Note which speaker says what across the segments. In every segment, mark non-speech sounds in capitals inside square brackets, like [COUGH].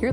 Speaker 1: You're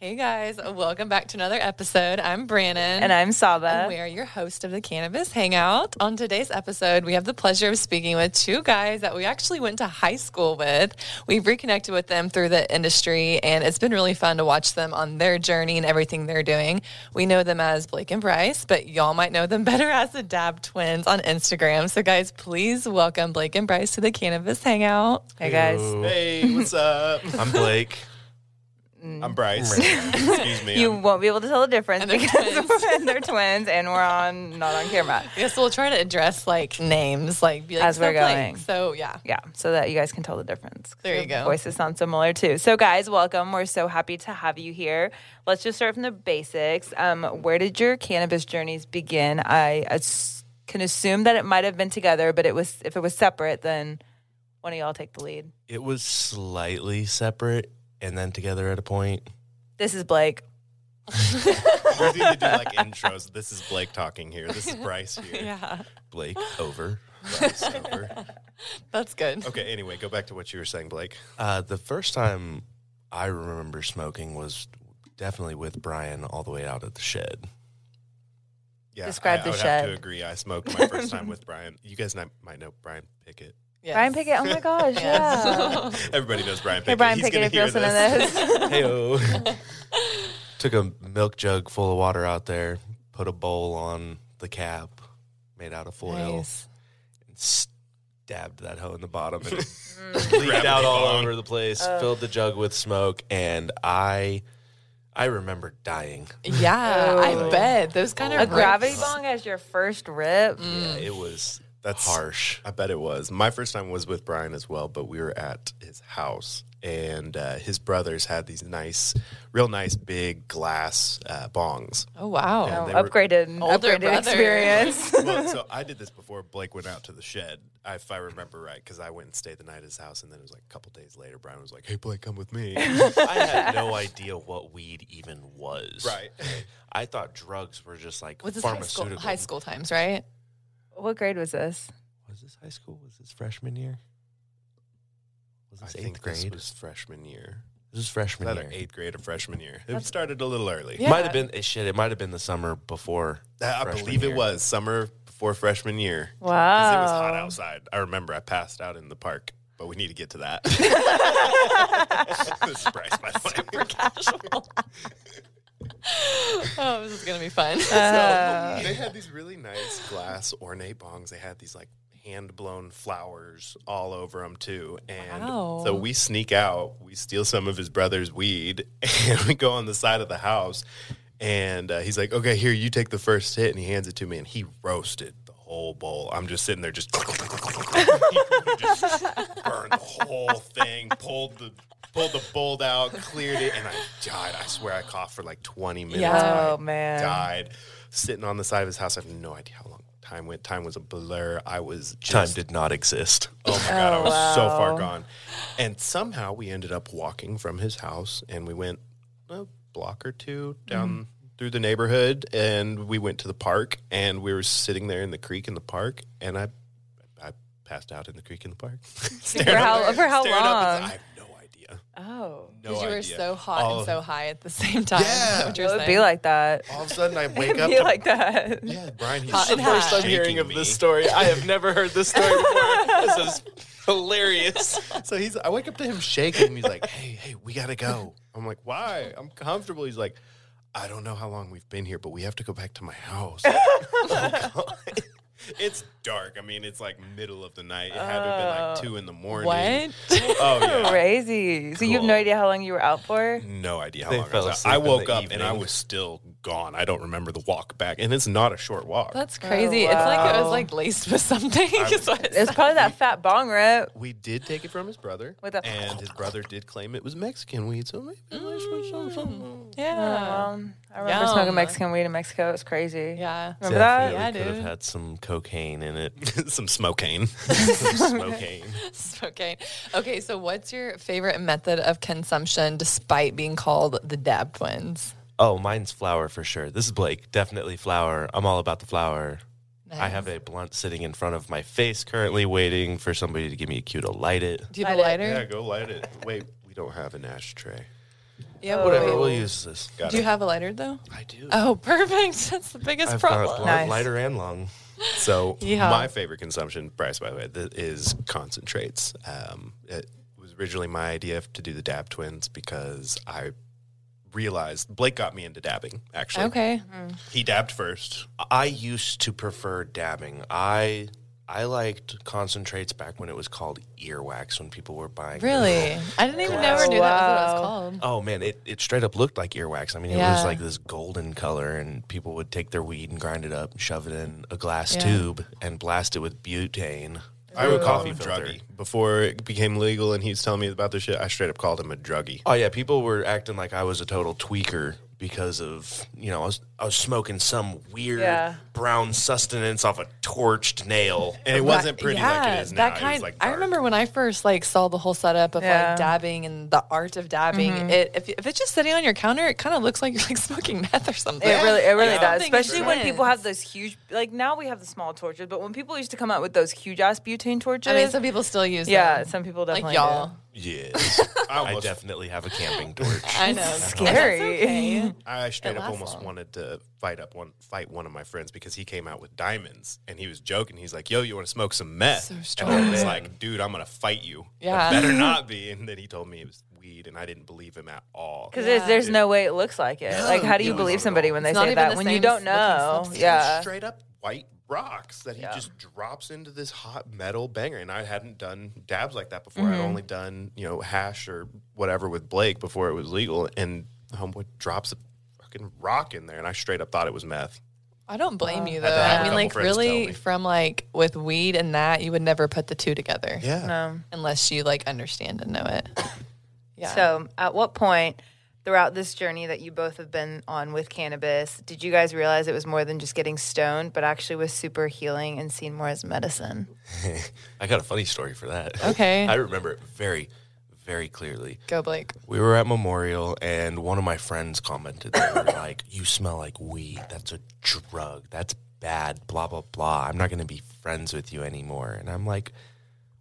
Speaker 1: Hey guys, welcome back to another episode. I'm Brannon.
Speaker 2: And I'm Saba.
Speaker 1: We are your host of the Cannabis Hangout. On today's episode, we have the pleasure of speaking with two guys that we actually went to high school with. We've reconnected with them through the industry, and it's been really fun to watch them on their journey and everything they're doing. We know them as Blake and Bryce, but y'all might know them [LAUGHS] better as the Dab Twins on Instagram. So, guys, please welcome Blake and Bryce to the Cannabis Hangout.
Speaker 2: Hey guys.
Speaker 3: Hey, what's up?
Speaker 4: [LAUGHS]
Speaker 3: Mm.
Speaker 4: I'm Blake.
Speaker 3: I'm Bryce. [LAUGHS] Excuse me.
Speaker 2: You
Speaker 3: I'm-
Speaker 2: won't be able to tell the difference
Speaker 1: they're
Speaker 2: because [LAUGHS]
Speaker 1: twins.
Speaker 2: and they're twins and we're on not on camera.
Speaker 1: Yes, we'll try to address like names, like be like,
Speaker 2: As we're
Speaker 1: "So Blake."
Speaker 2: going.
Speaker 1: So, yeah.
Speaker 2: Yeah, so that you guys can tell the difference.
Speaker 1: There you
Speaker 2: Their
Speaker 1: go.
Speaker 2: Voices sound similar too. So, guys, welcome. We're so happy to have you here. Let's just start from the basics. Um, where did your cannabis journeys begin? I as- can assume that it might have been together, but it was if it was separate, then one of y'all take the lead.
Speaker 4: It was slightly separate and then together at a point.
Speaker 2: This is Blake.
Speaker 3: we need to do like intros. This is Blake talking here. This is Bryce here.
Speaker 1: Yeah,
Speaker 4: Blake over. Bryce over.
Speaker 1: that's good.
Speaker 3: Okay, anyway, go back to what you were saying, Blake.
Speaker 4: Uh, the first time I remember smoking was definitely with Brian all the way out at the shed.
Speaker 3: Yeah,
Speaker 2: Describe
Speaker 3: I,
Speaker 2: the
Speaker 3: I would
Speaker 2: shed.
Speaker 3: have to agree. I smoked my first time with Brian. You guys not, might know Brian
Speaker 2: [LAUGHS]
Speaker 3: Pickett.
Speaker 1: Yes.
Speaker 2: Brian
Speaker 1: [LAUGHS]
Speaker 2: Pickett. Oh my gosh! Yeah.
Speaker 3: Everybody knows Brian Pickett.
Speaker 2: Hey, Brian
Speaker 3: He's
Speaker 2: Pickett,
Speaker 3: gonna
Speaker 2: if you're
Speaker 3: hear
Speaker 2: listening to
Speaker 3: this. [LAUGHS]
Speaker 2: this.
Speaker 3: Oh.
Speaker 4: Heyo. [LAUGHS] Took a milk jug full of water out there, put a bowl on the cap made out of foil,
Speaker 1: Nice.
Speaker 4: and stabbed that hoe in the bottom
Speaker 3: [LAUGHS]
Speaker 4: and it
Speaker 3: Gravity
Speaker 4: leaked out all
Speaker 3: bong.
Speaker 4: over the place, filled the jug with smoke, and I I remember dying.
Speaker 1: Yeah, I bet those kind of
Speaker 2: A
Speaker 1: rips-
Speaker 2: gravity bong as your first rip.
Speaker 3: Mm.
Speaker 4: Yeah, it was
Speaker 3: That's [LAUGHS]
Speaker 4: harsh.
Speaker 3: I bet it was. My first time was with Brian as well, but we were at his house, and uh, his brothers had these nice, real nice big glass
Speaker 4: [LAUGHS]
Speaker 3: uh, bongs.
Speaker 1: Oh wow.
Speaker 3: Yeah.
Speaker 2: Oh,
Speaker 3: they were-
Speaker 2: upgraded,
Speaker 1: Older
Speaker 2: upgraded
Speaker 1: brother. [LAUGHS]
Speaker 2: experience.
Speaker 3: well, so I did this before Blake went out to the shed, if I remember right, because I went and stayed the night at his house, and then it was like a couple days later, Brian was like, "Hey, Blake, come
Speaker 4: [LAUGHS]
Speaker 3: with me."
Speaker 4: I had no idea what weed even was.
Speaker 3: right.
Speaker 4: I thought drugs were just like
Speaker 1: Was this high school,
Speaker 4: pharmaceutical.
Speaker 1: high school times, right?
Speaker 2: what grade was this?
Speaker 4: Was this high school? Was this freshman year? Was
Speaker 3: I
Speaker 4: this
Speaker 3: think
Speaker 4: eighth grade?
Speaker 3: this
Speaker 4: This
Speaker 3: was freshman year.
Speaker 4: was freshman
Speaker 3: Either
Speaker 4: year.
Speaker 3: eighth grade or freshman year. It started a little early.
Speaker 1: Yeah.
Speaker 4: Might have been eh, shit. It might have been the summer before.
Speaker 3: I
Speaker 4: freshman
Speaker 3: believe it
Speaker 4: year.
Speaker 3: was summer before freshman year. 'Cause
Speaker 2: Wow.
Speaker 3: It was hot outside. I remember I passed out in the park, but we need to get to that. [LAUGHS] This is Bryce, by the way.
Speaker 1: [LAUGHS] Oh, this is gonna be [LAUGHS] fun.
Speaker 2: [LAUGHS]
Speaker 3: So, they had these really nice glass ornate bongs. They had these like hand blown flowers all over them too. And
Speaker 1: Wow.
Speaker 3: so we sneak out, we steal some of his brother's weed, [LAUGHS] and we go on the side of the house. And uh, he's like, "Okay, here you take the first hit," and he hands it to me, and he roasted the whole bowl. I'm just sitting there, just, [LAUGHS] he just burned the whole thing, pulled the. Pulled the bowl out, cleared it, and I died. I swear I coughed for like 20 minutes.
Speaker 1: Yeah.
Speaker 2: Oh
Speaker 3: I
Speaker 2: man.
Speaker 3: died sitting on the side of his house. I have no idea how long time went. Time was a blur. I was
Speaker 4: Time
Speaker 3: just,
Speaker 4: did not exist.
Speaker 3: oh my god, I was so far gone. And somehow we ended up walking from his house, and we went a block or two down through the neighborhood, and we went to the park, and we were sitting there in the creek in the park, and I, I passed out in the creek in the park. Staring
Speaker 2: For
Speaker 3: up-
Speaker 2: how- for how
Speaker 3: staring up at the-
Speaker 2: long?
Speaker 3: I have no idea.
Speaker 2: Oh.
Speaker 3: No
Speaker 1: you were
Speaker 3: idea.
Speaker 1: so hot
Speaker 3: All
Speaker 1: and
Speaker 3: of-
Speaker 1: so high at the same time.
Speaker 3: Yeah.
Speaker 1: Is what you're
Speaker 2: It would
Speaker 1: saying?
Speaker 2: be like that.
Speaker 3: All of a sudden, I wake
Speaker 2: It'd [LAUGHS]
Speaker 3: up.
Speaker 2: be
Speaker 3: to-
Speaker 2: like that.
Speaker 3: yeah, Brian. He's
Speaker 1: Hot
Speaker 3: so
Speaker 1: and hot.
Speaker 3: first I'm hearing
Speaker 4: Shaking
Speaker 3: of
Speaker 4: me.
Speaker 3: this story. I have never heard this story before. This is
Speaker 4: Hilarious.
Speaker 3: So he's, I wake up to him shaking. He's like, hey, hey, we got to go. I'm like, why? I'm comfortable. He's like, I don't know how long we've been here, but we have to go back to my house. [LAUGHS] Oh, God. It's dark. I mean, it's like middle of the night. It had to have been like two in the morning.
Speaker 1: what?
Speaker 3: Oh, yeah.
Speaker 2: [LAUGHS] Crazy. So you have no
Speaker 3: Cool.
Speaker 2: idea how long you were out for?
Speaker 3: No idea how
Speaker 4: They
Speaker 3: long I
Speaker 4: fell
Speaker 3: was out.
Speaker 4: asleep
Speaker 3: I
Speaker 4: in the
Speaker 3: woke up and I
Speaker 4: evening.
Speaker 3: was still gone. I don't remember the walk back, and it's not a short walk.
Speaker 1: That's crazy. It's like it was like laced with something. [LAUGHS] is what it
Speaker 2: It's probably that fat bong rip.
Speaker 3: [LAUGHS] we did take it from his brother,
Speaker 2: With a-
Speaker 3: and
Speaker 2: [LAUGHS]
Speaker 3: his brother did claim it was Mexican weed. So maybe Mm,
Speaker 1: said. yeah.
Speaker 2: Um, I remember
Speaker 1: Yum.
Speaker 2: smoking Mexican weed in Mexico. It was crazy.
Speaker 1: Yeah.
Speaker 2: Remember that?
Speaker 1: Yeah,
Speaker 4: could
Speaker 1: dude.
Speaker 4: have had some cocaine in it.
Speaker 3: [LAUGHS] some smokane, some smokane.
Speaker 1: Okay. Okay. So, what's your favorite method of consumption despite being called the dab twins?
Speaker 4: Oh, mine's flour for sure. This is Blake. Definitely flour. I'm all about the flour. I have a blunt sitting in front of my face currently, waiting for somebody to give me a cue to light it.
Speaker 1: Do you have a
Speaker 2: Light
Speaker 1: lighter?
Speaker 3: Yeah, go light it. Wait, we don't have an ashtray.
Speaker 1: Yeah,
Speaker 4: Whatever,
Speaker 1: wait.
Speaker 4: we'll use this.
Speaker 1: Do you have a lighter though?
Speaker 3: I do.
Speaker 1: Oh, perfect. [LAUGHS] That's the biggest
Speaker 4: I've got
Speaker 1: problem.
Speaker 4: blunt,
Speaker 2: Nice.
Speaker 4: lighter and long.
Speaker 3: So
Speaker 1: Yeehaw.
Speaker 3: my favorite consumption, Bryce, by the way, th- is concentrates. Um, it was originally my idea f- to do the dab twins because I realized Blake got me into dabbing. Actually,
Speaker 1: Okay.
Speaker 3: he dabbed first.
Speaker 4: I used to prefer dabbing. I I liked concentrates back when it was called earwax when people were buying. them.
Speaker 1: Really? I didn't even never knew that was what it was
Speaker 2: Wow.
Speaker 1: called.
Speaker 4: Oh man, it, it straight up looked like earwax. I mean, it
Speaker 1: Yeah.
Speaker 4: was like this golden color, and people would take their weed and grind it up, and shove it in a glass
Speaker 1: Yeah.
Speaker 4: tube, and blast it with butane.
Speaker 3: I would call him
Speaker 4: Coffee filter.
Speaker 3: druggie before it became legal, and he was telling me about this shit. I straight up called him a druggie.
Speaker 4: Oh yeah, people were acting like I was a total tweaker because of you know I was I was smoking some weird
Speaker 2: Yeah.
Speaker 4: brown sustenance off a torched nail.
Speaker 3: And it wasn't pretty like it is now.
Speaker 1: That
Speaker 3: It
Speaker 1: kind.
Speaker 3: was like
Speaker 1: I
Speaker 3: dark.
Speaker 1: remember when I first like saw the whole setup of
Speaker 2: Yeah. Mm-hmm.
Speaker 1: like dabbing and the art of dabbing. It if, if it's just sitting on your counter, it kind of looks like you're like smoking [LAUGHS] meth or something.
Speaker 2: It really, it really
Speaker 1: Like,
Speaker 2: does.
Speaker 1: something
Speaker 2: Especially when people
Speaker 1: intense.
Speaker 2: have those huge, like now we have the small torches, but when people used to come out with those huge ass butane torches,
Speaker 1: I mean, some people still use.
Speaker 2: yeah,
Speaker 1: them.
Speaker 2: some people
Speaker 1: like
Speaker 2: definitely
Speaker 1: y'all.
Speaker 2: do.
Speaker 4: [LAUGHS] Yes,
Speaker 3: [LAUGHS] I,
Speaker 4: I
Speaker 3: almost, I,
Speaker 4: definitely have a camping torch.
Speaker 1: I know.
Speaker 2: Scary.
Speaker 3: straight
Speaker 1: It
Speaker 3: up
Speaker 1: lasts
Speaker 3: almost
Speaker 1: long.
Speaker 3: wanted to fight up one fight one of my friends because he came out with diamonds and he was joking. He's like, "Yo, you want to smoke some meth?"
Speaker 1: So
Speaker 3: And
Speaker 1: strong.
Speaker 3: I was like, "Dude, I'm gonna fight you. It
Speaker 1: Yeah. [LAUGHS]
Speaker 3: better not be." And then he told me it was weed, and I didn't believe him at all.
Speaker 2: Because there's no way it looks like it. like, how do you believe somebody when they
Speaker 1: It's not
Speaker 2: say
Speaker 1: even
Speaker 2: that
Speaker 1: the
Speaker 2: when you
Speaker 1: same
Speaker 2: don't
Speaker 1: looking
Speaker 2: know?
Speaker 1: substance.
Speaker 2: Yeah.
Speaker 3: straight up white rocks that he just drops into this hot metal banger. And I hadn't done dabs like that before. I'd
Speaker 1: Mm-hmm.
Speaker 3: only done, you know, hash or whatever with Blake before it was legal. And homeboy drops a fucking rock in there. And I straight up thought it was meth.
Speaker 1: I don't blame you though.
Speaker 3: had to have
Speaker 1: I mean,
Speaker 3: a couple
Speaker 1: like
Speaker 3: friends tell
Speaker 1: really,
Speaker 3: me.
Speaker 1: from like with weed and that, you would never put the two together
Speaker 3: Yeah.
Speaker 1: unless you like understand and know it. Yeah.
Speaker 2: So, at what point throughout this journey that you both have been on with cannabis, did you guys realize it was more than just getting stoned, but actually was super healing and seen more as medicine?
Speaker 4: I got a funny story for that.
Speaker 1: [COUGHS] Okay.
Speaker 4: I remember it very, very clearly.
Speaker 1: Go Blake.
Speaker 4: We were at Memorial, and one of my friends commented, they were [COUGHS] like, You smell like weed. That's a drug. That's bad. Blah, blah, blah. I'm not going to be friends with you anymore. And I'm like,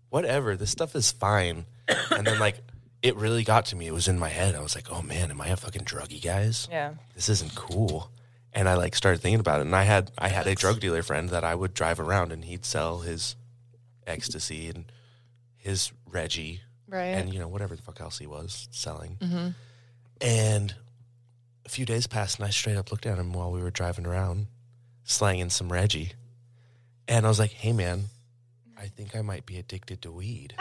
Speaker 4: Whatever. This stuff is fine. [COUGHS] And then, like, it really got to me. It was in my head. I was like, Oh man, am I a fucking druggie, guys?
Speaker 2: Yeah.
Speaker 4: This isn't cool. And I like started thinking about it. And I had I had a drug dealer friend that I would drive around and he'd sell his ecstasy and his Reggie
Speaker 1: Right.
Speaker 4: and you know whatever the fuck else he was selling. And a few days passed, and I straight up looked at him while we were driving around, slanging some Reggie, and I was like, "Hey, man, I think I might be addicted to weed."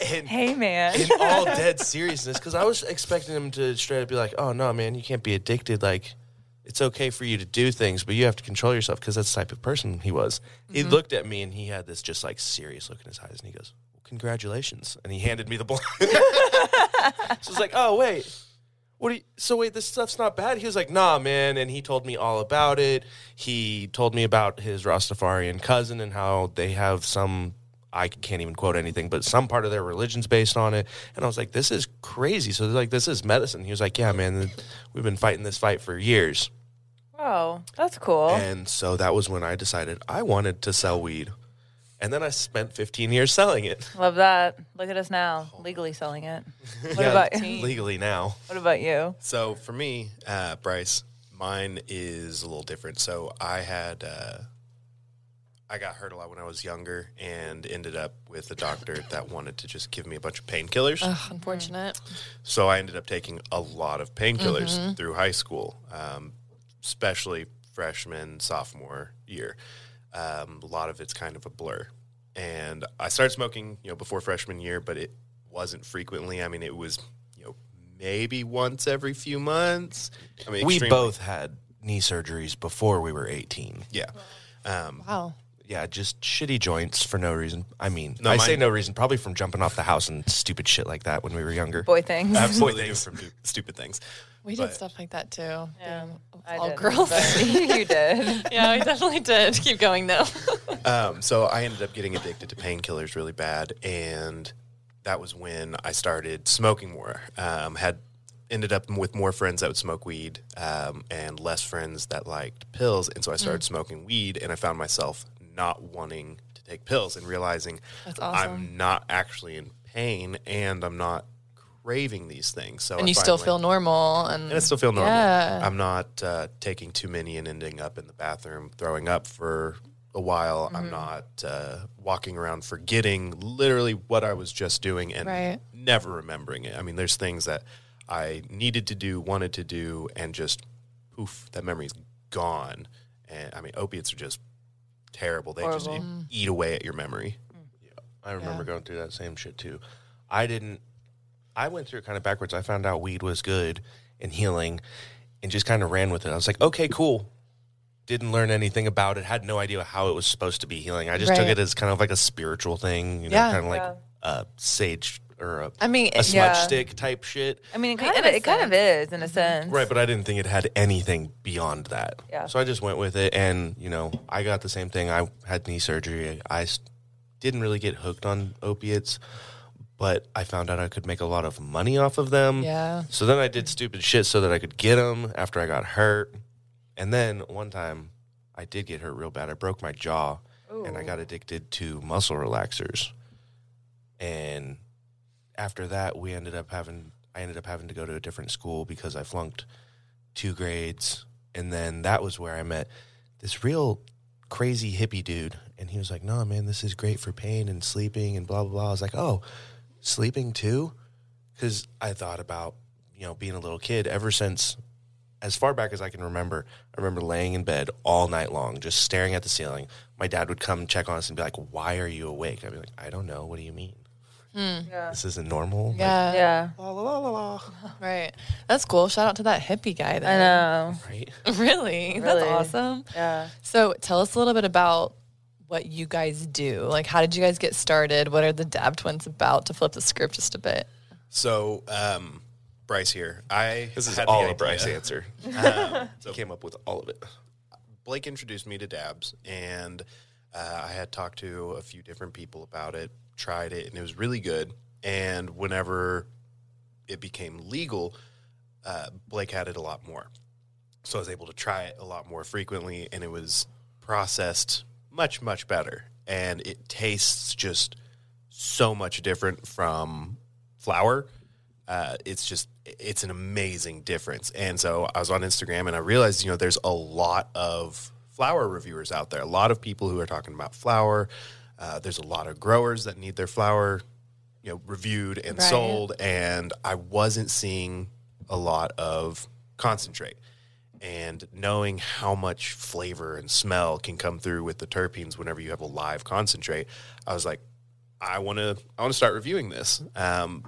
Speaker 4: and
Speaker 2: Hey, man.
Speaker 4: in
Speaker 1: [LAUGHS]
Speaker 4: all dead seriousness, because I was expecting him to straight up be like, "Oh no, man, you can't be addicted. Like, it's okay for you to do things, but you have to control yourself." Because that's the type of person he was. He looked at me and he had this just like serious look in his eyes, and he goes, well, "Congratulations!" And he handed me the [LAUGHS] blunt. so I was like, "Oh wait." What do you, so wait, this stuff's not bad. He was like, nah, man, and he told me all about it. He told me about his Rastafarian cousin and how they have some I can't even quote anything, but some part of their religion's based on it. And I was like, this is crazy. So they're like, this is medicine. He was like, yeah, man, we've been fighting this fight for years.
Speaker 2: Wow, that's cool.
Speaker 4: And so that was when I decided I wanted to sell weed. And then I spent 15 years selling it.
Speaker 2: Love that. Look at us now, legally selling it. What about
Speaker 4: legally now.
Speaker 2: what about you?
Speaker 3: So for me, uh, Bryce, mine is a little different. So I had uh, I got hurt a lot when I was younger, and ended up with a doctor that wanted to just give me a bunch of painkillers.
Speaker 1: Ugh, unfortunate.
Speaker 3: So I ended up taking a lot of painkillers through high school, um, especially freshman, sophomore year. Um, a lot of it's kind of a blur. And I started smoking, you know, before freshman year, but it wasn't frequently. I mean, it was, you know, maybe once every few months. I mean,
Speaker 4: We
Speaker 3: extremely-
Speaker 4: both had knee surgeries before we were 18.
Speaker 3: yeah. Um,
Speaker 1: Wow.
Speaker 4: Yeah, just shitty joints for no reason. I mean,
Speaker 3: No,
Speaker 4: I
Speaker 3: mine-
Speaker 4: say no reason, probably from jumping off the house and stupid shit like that when we were younger.
Speaker 2: boy things.
Speaker 3: absolutely [LAUGHS] do from du- stupid things.
Speaker 1: We did
Speaker 3: But-
Speaker 1: stuff like that too. Yeah,
Speaker 2: I
Speaker 1: all
Speaker 2: didn't,
Speaker 1: girls. [LAUGHS]
Speaker 2: but [LAUGHS] you did.
Speaker 1: yeah, we definitely did. [LAUGHS] Keep going though.
Speaker 3: Um, so I ended up getting addicted to painkillers really bad, and that was when I started smoking more. Um, had ended up with more friends that would smoke weed, um, and less friends that liked pills, and so I
Speaker 1: Mm.
Speaker 3: started smoking weed, and I found myself not wanting to take pills and realizing
Speaker 1: That's awesome.
Speaker 3: I'm not actually in pain, and I'm not craving these things. So
Speaker 1: and
Speaker 3: I
Speaker 1: you still
Speaker 3: finally-
Speaker 1: feel normal. And,
Speaker 3: and I still feel normal.
Speaker 1: Yeah.
Speaker 3: I'm not uh, taking too many and ending up in the bathroom throwing up for a while.
Speaker 1: Mm-hmm.
Speaker 3: I'm not uh, walking around forgetting literally what I was just doing and
Speaker 1: Right.
Speaker 3: never remembering it. I mean, there's things that I needed to do, wanted to do, and just poof, that memory's gone. And I mean, opiates are just terrible. They just
Speaker 2: Horrible.
Speaker 3: eat away at your memory.
Speaker 4: I remember
Speaker 1: Yeah.
Speaker 4: going through that same shit too. I didn't. I went through it kind of backwards. I found out weed was good and healing, and just kind of ran with it. I was like, okay, cool. Didn't learn anything about it. Had no idea how it was supposed to be healing. I just took
Speaker 1: Right.
Speaker 4: it as kind of like a spiritual thing, you know,
Speaker 1: Yeah.
Speaker 4: kind of like
Speaker 2: Yeah.
Speaker 4: a sage or a,
Speaker 1: I mean,
Speaker 4: a smudge
Speaker 2: yeah.
Speaker 4: stick type shit.
Speaker 2: I mean, it
Speaker 1: I
Speaker 2: kind,
Speaker 1: mean,
Speaker 2: of,
Speaker 1: in a
Speaker 2: it kind of is in a sense.
Speaker 4: Right, but I didn't think it had anything beyond that.
Speaker 2: Yeah.
Speaker 4: So I just went with it, and you know, I got the same thing. I had knee surgery. I s- didn't really get hooked on opiates, but I found out I could make a lot of money off of them.
Speaker 1: yeah.
Speaker 4: So then I did stupid shit so that I could get them after I got hurt. And then one time, I did get hurt real bad. I broke my jaw, and I got addicted to muscle relaxers. And after that, we ended up having I ended up having to go to a different school because I flunked two grades, and then that was where I met this real crazy hippie dude, and he was like, "No, man, this is great for pain and sleeping and blah blah blah." I was like, "Oh, sleeping too?" Because I thought about you know being a little kid ever since as far back as I can remember, I remember laying in bed all night long, just staring at the ceiling. My dad would come check on us and be like, "Why are you awake?" I'd be like, "I don't know. What do you mean?
Speaker 2: Yeah.
Speaker 4: This isn't normal." Like,
Speaker 1: Yeah.
Speaker 2: Yeah.
Speaker 1: Right. That's cool. Shout out to that hippie guy
Speaker 2: I
Speaker 1: then.
Speaker 2: know.
Speaker 4: right?
Speaker 1: [LAUGHS] Really? That's
Speaker 2: Really.
Speaker 1: awesome.
Speaker 2: Yeah.
Speaker 1: So tell us a little bit about what you guys do. Like, how did you guys get started? What are the dab twins about to flip the script just a bit?
Speaker 3: So, um, Bryce here. I
Speaker 4: [LAUGHS] This is
Speaker 3: had the
Speaker 4: all a Ah,
Speaker 3: idea.
Speaker 4: Bryce [LAUGHS] answer. he came up with all of it.
Speaker 3: Blake introduced me to dabs, and uh, I had talked to a few different people about it, tried it, and it was really good. And whenever it became legal, uh, Blake had it a lot more. So I was able to try it a lot more frequently, and it was processed much, much better. And it tastes just so much different from flour. Uh, it's just, it's an amazing difference. And so I was on Instagram and I realized, you know, there's a lot of flour reviewers out there, a lot of people who are talking about flour. Uh, there's a lot of growers that need their flour, you know, reviewed and
Speaker 1: Right.
Speaker 3: sold. And I wasn't seeing a lot of concentrate. And knowing how much flavor and smell can come through with the terpenes whenever you have a live concentrate, I was like, I want to I want to start reviewing this. Um,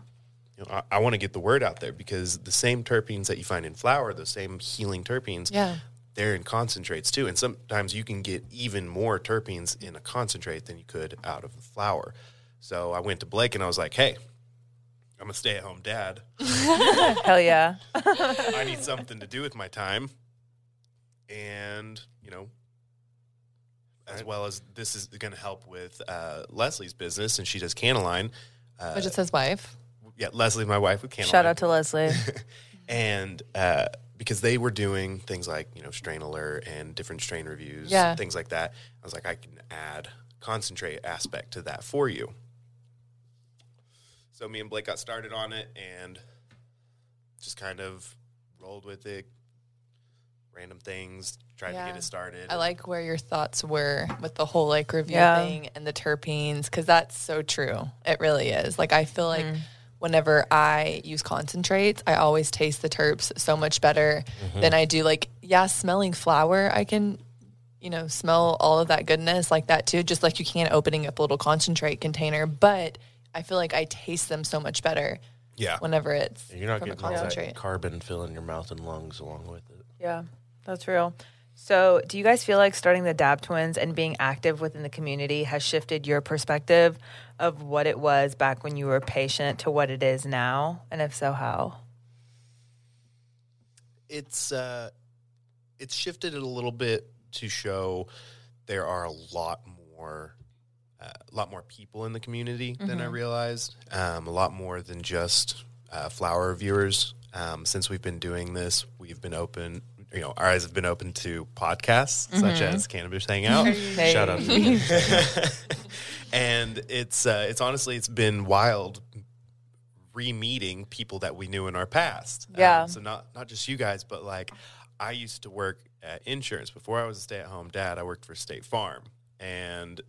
Speaker 3: you know, I, I want to get the word out there because the same terpenes that you find in flour, those same healing terpenes,
Speaker 1: Yeah.
Speaker 3: they're in concentrates too. And sometimes you can get even more terpenes in a concentrate than you could out of the flour. So I went to Blake and I was like, "Hey, I'm a stay-at-home dad.
Speaker 2: Hell yeah.
Speaker 3: I
Speaker 2: [LAUGHS]
Speaker 3: need something to do with my time." And you know, as well as this is going to help with uh, Leslie's business, and she does Canaline. Uh,
Speaker 1: Which is his wife.
Speaker 3: yeah, Leslie, my wife, with Canaline.
Speaker 2: Shout out to Leslie.
Speaker 3: and uh, because they were doing things like you know strain alert and different strain reviews,
Speaker 1: Yeah.
Speaker 3: things like that. I was like, I can add concentrate aspect to that for you. So me and Blake got started on it and just kind of rolled with it. Random things, tried
Speaker 1: Yeah.
Speaker 3: to get it started.
Speaker 1: I like where your thoughts were with the whole like review
Speaker 2: Yeah.
Speaker 1: thing and the terpenes because that's so true. It really is. Like I feel like whenever I use concentrates, I always taste the terps so much better
Speaker 4: Mm-hmm.
Speaker 1: than I do like yeah, smelling flour. I can you know smell all of that goodness like that too. Just like you can opening up a little concentrate container, but I feel like I taste them so much better
Speaker 3: Yeah.
Speaker 1: whenever it's
Speaker 4: You're not
Speaker 1: from a
Speaker 4: getting all that
Speaker 1: concentrate.
Speaker 4: carbon filling your mouth and lungs along with it.
Speaker 2: Yeah, that's real. So, do you guys feel like starting the Dab Twins and being active within the community has shifted your perspective of what it was back when you were a patient to what it is now? And if so, how?
Speaker 3: it's uh, it's shifted it a little bit to show there are a lot more uh, a lot more people in the community than I realized. Um, a lot more than just uh, flower viewers. Um, since we've been doing this, we've been open. You know, our eyes have been open to podcasts such as Cannabis Hangout.
Speaker 2: Shout
Speaker 4: out to
Speaker 3: [LAUGHS] and it's uh, it's honestly it's been wild re-meeting people that we knew in our past. Um,
Speaker 2: Yeah.
Speaker 3: so not not just you guys, but like I used to work at insurance before I was a stay-at-home dad. I worked for State Farm, and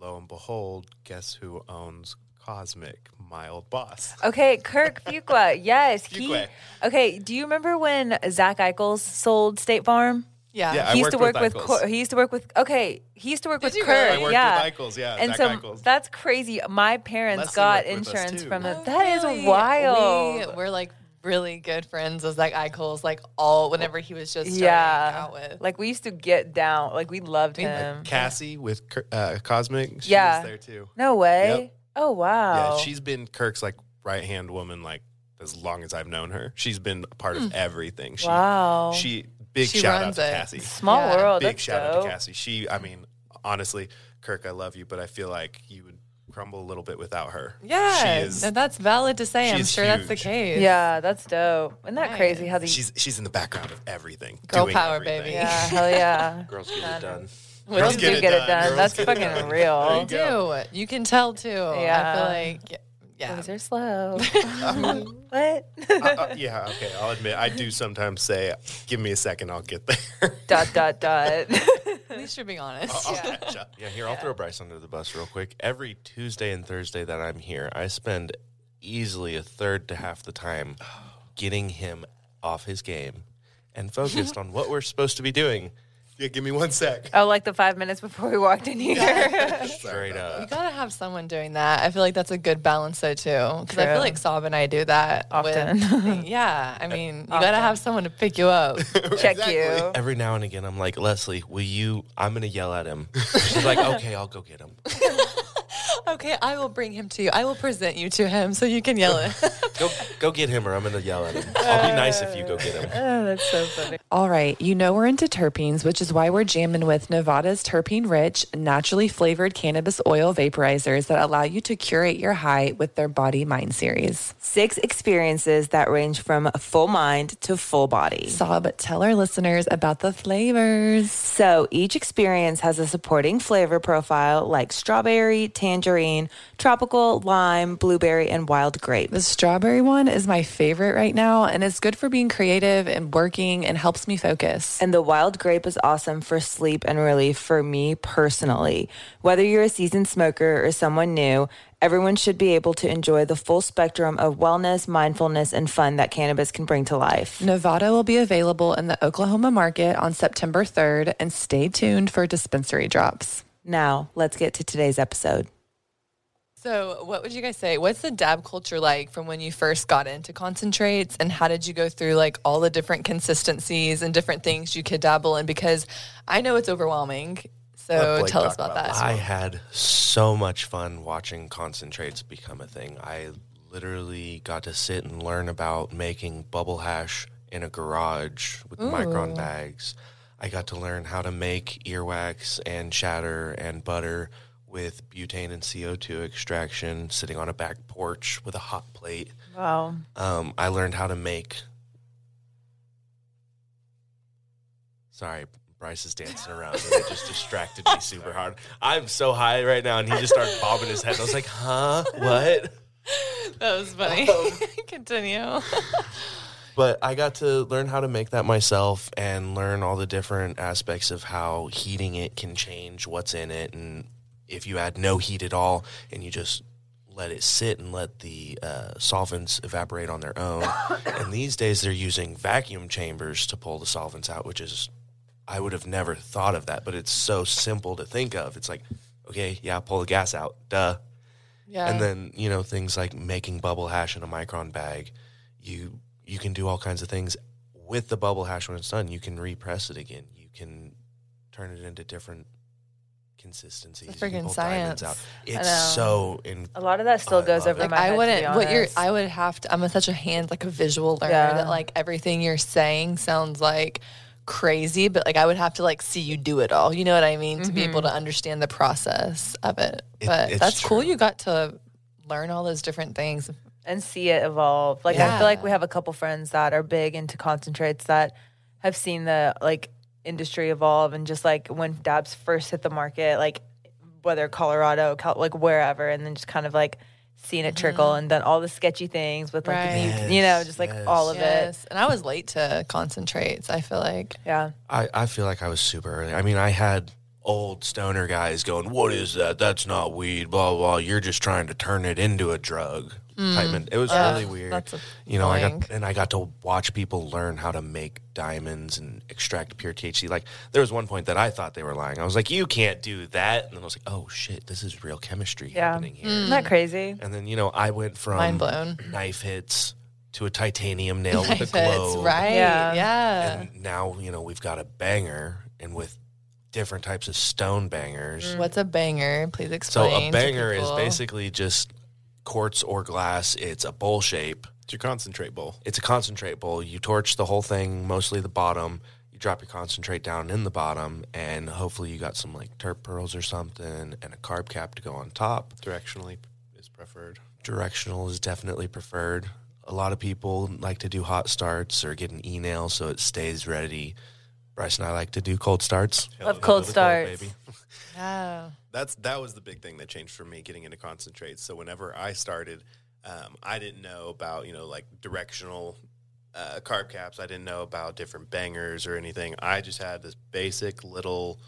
Speaker 3: lo and behold, guess who owns Cosmic? My old boss.
Speaker 2: Okay, Kirk Fuqua. Yes,
Speaker 3: Fuqua.
Speaker 2: he. Okay, do you remember when Zach Eichels sold State Farm?
Speaker 1: Yeah.
Speaker 3: Yeah, I
Speaker 2: he used to
Speaker 3: worked
Speaker 2: work
Speaker 3: with
Speaker 2: with.
Speaker 3: Eichels.
Speaker 2: Cor- he used to work with. Okay, he used to work with
Speaker 1: you
Speaker 2: Kirk.
Speaker 1: really?
Speaker 3: I worked
Speaker 2: yeah.
Speaker 3: with Eichels, yeah,
Speaker 2: and
Speaker 3: Zach
Speaker 2: so
Speaker 3: Eichels.
Speaker 2: that's crazy. My parents
Speaker 3: Leslie
Speaker 2: got
Speaker 3: worked with us,
Speaker 2: insurance
Speaker 3: too.
Speaker 2: from the.
Speaker 1: Oh,
Speaker 2: That is
Speaker 1: really?
Speaker 2: wild.
Speaker 1: We, we're like really good friends with Zach Eichels, like all whenever he was just starting
Speaker 2: yeah,
Speaker 1: out with.
Speaker 2: like we used to get down. Like we loved
Speaker 1: mean,
Speaker 2: him.
Speaker 3: Cassie with Cur- uh, Cosmic. She
Speaker 2: Yeah.
Speaker 3: was there too.
Speaker 2: no way.
Speaker 3: Yep.
Speaker 2: Oh wow.
Speaker 3: Yeah, she's been Kirk's like right hand woman like as long as I've known her. She's been a part of everything. She,
Speaker 2: wow.
Speaker 3: She big
Speaker 1: Hmm. She
Speaker 3: shout out
Speaker 1: runs
Speaker 3: to
Speaker 1: it. [LAUGHS]
Speaker 3: Cassie.
Speaker 2: Small
Speaker 1: Yeah.
Speaker 2: world.
Speaker 3: big
Speaker 2: that's
Speaker 3: shout out
Speaker 2: dope.
Speaker 3: to Cassie. She, I mean, honestly, Kirk, I love you, but I feel like you would crumble a little bit without her.
Speaker 1: yeah,
Speaker 3: she is.
Speaker 1: and that's valid to say.
Speaker 3: she
Speaker 1: I'm
Speaker 3: is
Speaker 1: sure that's the
Speaker 3: huge.
Speaker 1: case.
Speaker 2: Yeah, that's dope. Isn't that crazy how the
Speaker 3: She's she's in the background of everything.
Speaker 1: Girl
Speaker 3: doing
Speaker 1: power,
Speaker 3: everything.
Speaker 1: baby.
Speaker 2: yeah hell
Speaker 3: [LAUGHS]
Speaker 2: yeah.
Speaker 4: Girls get it done.
Speaker 1: Women
Speaker 3: Girls
Speaker 2: You
Speaker 1: do
Speaker 2: do get it
Speaker 3: done.
Speaker 2: done.
Speaker 3: Girls
Speaker 2: That's
Speaker 3: get it
Speaker 2: fucking
Speaker 3: done.
Speaker 2: real.
Speaker 1: do. You can tell too.
Speaker 2: Yeah.
Speaker 1: I feel like yeah.
Speaker 2: Boys are
Speaker 3: [LAUGHS]
Speaker 2: slow. [LAUGHS] what? [LAUGHS]
Speaker 3: Uh, yeah, okay. I'll admit, I do sometimes say, "Give me a second, I'll get there."
Speaker 2: dot dot dot. [LAUGHS]
Speaker 1: At least you're being honest.
Speaker 3: I'll [LAUGHS] catch up.
Speaker 4: Yeah, here, I'll throw Bryce under the bus real quick. Every Tuesday and Thursday that I'm here, I spend easily a third to half the time getting him off his game and focused on what we're supposed to be doing.
Speaker 3: Yeah, give me one sec.
Speaker 1: Uh,
Speaker 2: oh, like the five minutes before we walked in [LAUGHS] here.
Speaker 4: Straight
Speaker 1: You
Speaker 4: up.
Speaker 1: gotta have someone doing that. I feel like that's a good balance though too, because I
Speaker 2: True.
Speaker 1: feel like Saab and I do that
Speaker 2: Often. [LAUGHS]
Speaker 1: With, yeah, I mean, you gotta have someone to pick you
Speaker 3: [LAUGHS]
Speaker 1: up.
Speaker 2: Check you.
Speaker 3: Exactly.
Speaker 4: Every now and again, I'm like, Leslie, will you? I'm going to yell at him. She's like, okay, I'll go get him.
Speaker 1: okay, I will bring him to you. I will present you to him so you can yell
Speaker 3: [LAUGHS]
Speaker 1: it.
Speaker 4: Go, go get him, or I'm going to yell at him. I'll be nice if you go get him.
Speaker 2: Oh, that's so funny.
Speaker 5: All right, you know we're into terpenes, which is why we're jamming with Nevada's terpene rich, naturally flavored cannabis oil vaporizers that allow you to curate your high with their body mind series.
Speaker 2: Six experiences that range from full mind to full body.
Speaker 5: Saab, tell our listeners about the flavors.
Speaker 2: So each experience has a supporting flavor profile like strawberry, tangerine, tropical, lime, blueberry, and wild grape.
Speaker 5: The strawberry one is my favorite right now, and it's good for being creative and working and helps me focus.
Speaker 2: And the wild grape is awesome for sleep and relief for me personally. Whether you're a seasoned smoker or someone new, everyone should be able to enjoy the full spectrum of wellness, mindfulness, and fun that cannabis can bring to life.
Speaker 5: Nevada will be available in the Oklahoma market on September 3rd, and stay tuned for dispensary drops.
Speaker 2: Now, let's get to today's episode.
Speaker 1: so, what would you guys say? What's the dab culture like from when you first got into concentrates, and how did you go through like all the different consistencies and different things you could dabble in? Because I know it's overwhelming.
Speaker 3: Let
Speaker 1: So
Speaker 3: Blake
Speaker 1: tell us
Speaker 3: talk
Speaker 1: about,
Speaker 3: about
Speaker 1: that.
Speaker 4: I had so much fun watching concentrates become a thing. I literally got to sit and learn about making bubble hash in a garage with micron bags. I got to learn how to make earwax and shatter and butter with butane and CO2 extraction sitting on a back porch with a hot plate.
Speaker 2: Wow.
Speaker 4: Um, I learned how to make. Sorry, Bryce is dancing around and it just distracted me super hard. I'm so high right now, and he just started bobbing his head. I was like, huh? What?
Speaker 1: [LAUGHS] That was funny. Continue.
Speaker 4: But I got to learn how to make that myself and learn all the different aspects of how heating it can change what's in it. And if you add no heat at all and you just let it sit and let the uh, solvents evaporate on their own. and these days they're using vacuum chambers to pull the solvents out, which is, I would have never thought of that, but it's so simple to think of. It's like, okay, yeah, pull the gas out, duh.
Speaker 1: Yeah.
Speaker 4: And then you know things like making bubble hash in a micron bag, you you can do all kinds of things with the bubble hash when it's done. You can repress it again. You can turn it into different consistencies.
Speaker 1: It's
Speaker 4: You can
Speaker 1: freaking
Speaker 4: pull diamonds
Speaker 1: science.
Speaker 4: It's
Speaker 2: know.
Speaker 4: so in.
Speaker 2: A lot of that still
Speaker 4: I
Speaker 2: goes
Speaker 4: love
Speaker 2: over
Speaker 4: it.
Speaker 2: my
Speaker 1: I
Speaker 2: head. to
Speaker 1: wouldn't.
Speaker 2: be
Speaker 1: What you're,
Speaker 2: honest.
Speaker 1: I would have to. I'm a, such a hand, like a visual learner.
Speaker 2: Yeah.
Speaker 1: That like everything you're saying sounds like crazy, but like I would have to like see you do it all. You know what I mean? To be able to understand the process of it.
Speaker 4: It-
Speaker 1: But
Speaker 4: it's
Speaker 1: that's cool.
Speaker 4: true.
Speaker 1: You got to learn all those different things.
Speaker 2: and see it evolve. Like I
Speaker 1: Yeah.
Speaker 2: feel like we have a couple friends that are big into concentrates that have seen the like industry evolve and just like when dabs first hit the market, like whether Colorado, Cal- like wherever, and then just kind of like seeing it trickle and done all the sketchy things with like the
Speaker 1: Mm-hmm. Right.
Speaker 2: mu- you know, just like
Speaker 4: Yes,
Speaker 2: all of it.
Speaker 1: And I was late to concentrates. I feel like
Speaker 2: Yeah.
Speaker 4: I, I feel like I was super early. I mean, I had old stoner guys going, "What is that? That's not weed." Blah blah. blah. You're just trying to turn it into a drug. Type men- It was really weird.
Speaker 1: Mm. that's
Speaker 4: you know, I
Speaker 1: annoying.
Speaker 4: got and I got to watch people learn how to make diamonds and extract pure THC. Like there was one point that I thought they were lying. I was like, "You can't do that," and then I was like, "Oh shit, this is real chemistry
Speaker 2: Yeah.
Speaker 4: happening here."
Speaker 2: Isn't
Speaker 1: Mm.
Speaker 2: that crazy?
Speaker 4: And then you know, I went from
Speaker 1: Mind blown.
Speaker 4: knife hits to a titanium nail
Speaker 1: [LAUGHS] Knife
Speaker 4: with a globe.
Speaker 1: heads, right?
Speaker 2: Yeah.
Speaker 1: Yeah.
Speaker 4: And now, you know, we've got a banger and with different types of stone bangers.
Speaker 1: What's a banger? Please
Speaker 4: So
Speaker 1: explain.
Speaker 4: a
Speaker 1: Mm. to
Speaker 4: banger is
Speaker 1: people.
Speaker 4: basically just quartz or glass. It's a bowl shape.
Speaker 3: It's your concentrate bowl.
Speaker 4: It's a concentrate bowl. You torch the whole thing, mostly the bottom. You drop your concentrate down in the bottom and hopefully you got some like terp pearls or something and a carb cap to go on top.
Speaker 3: Directionally is preferred.
Speaker 4: Directional is definitely preferred. A lot of people like to do hot starts or get an e nail so it stays ready. Bryce and I like to do cold starts.
Speaker 2: Love cold starts.
Speaker 4: baby.
Speaker 1: Yeah.
Speaker 3: that's that was the big thing that changed for me getting into concentrates. So whenever I started, um, I didn't know about you know like directional uh, carb caps. I didn't know about different bangers or anything. I just had this basic little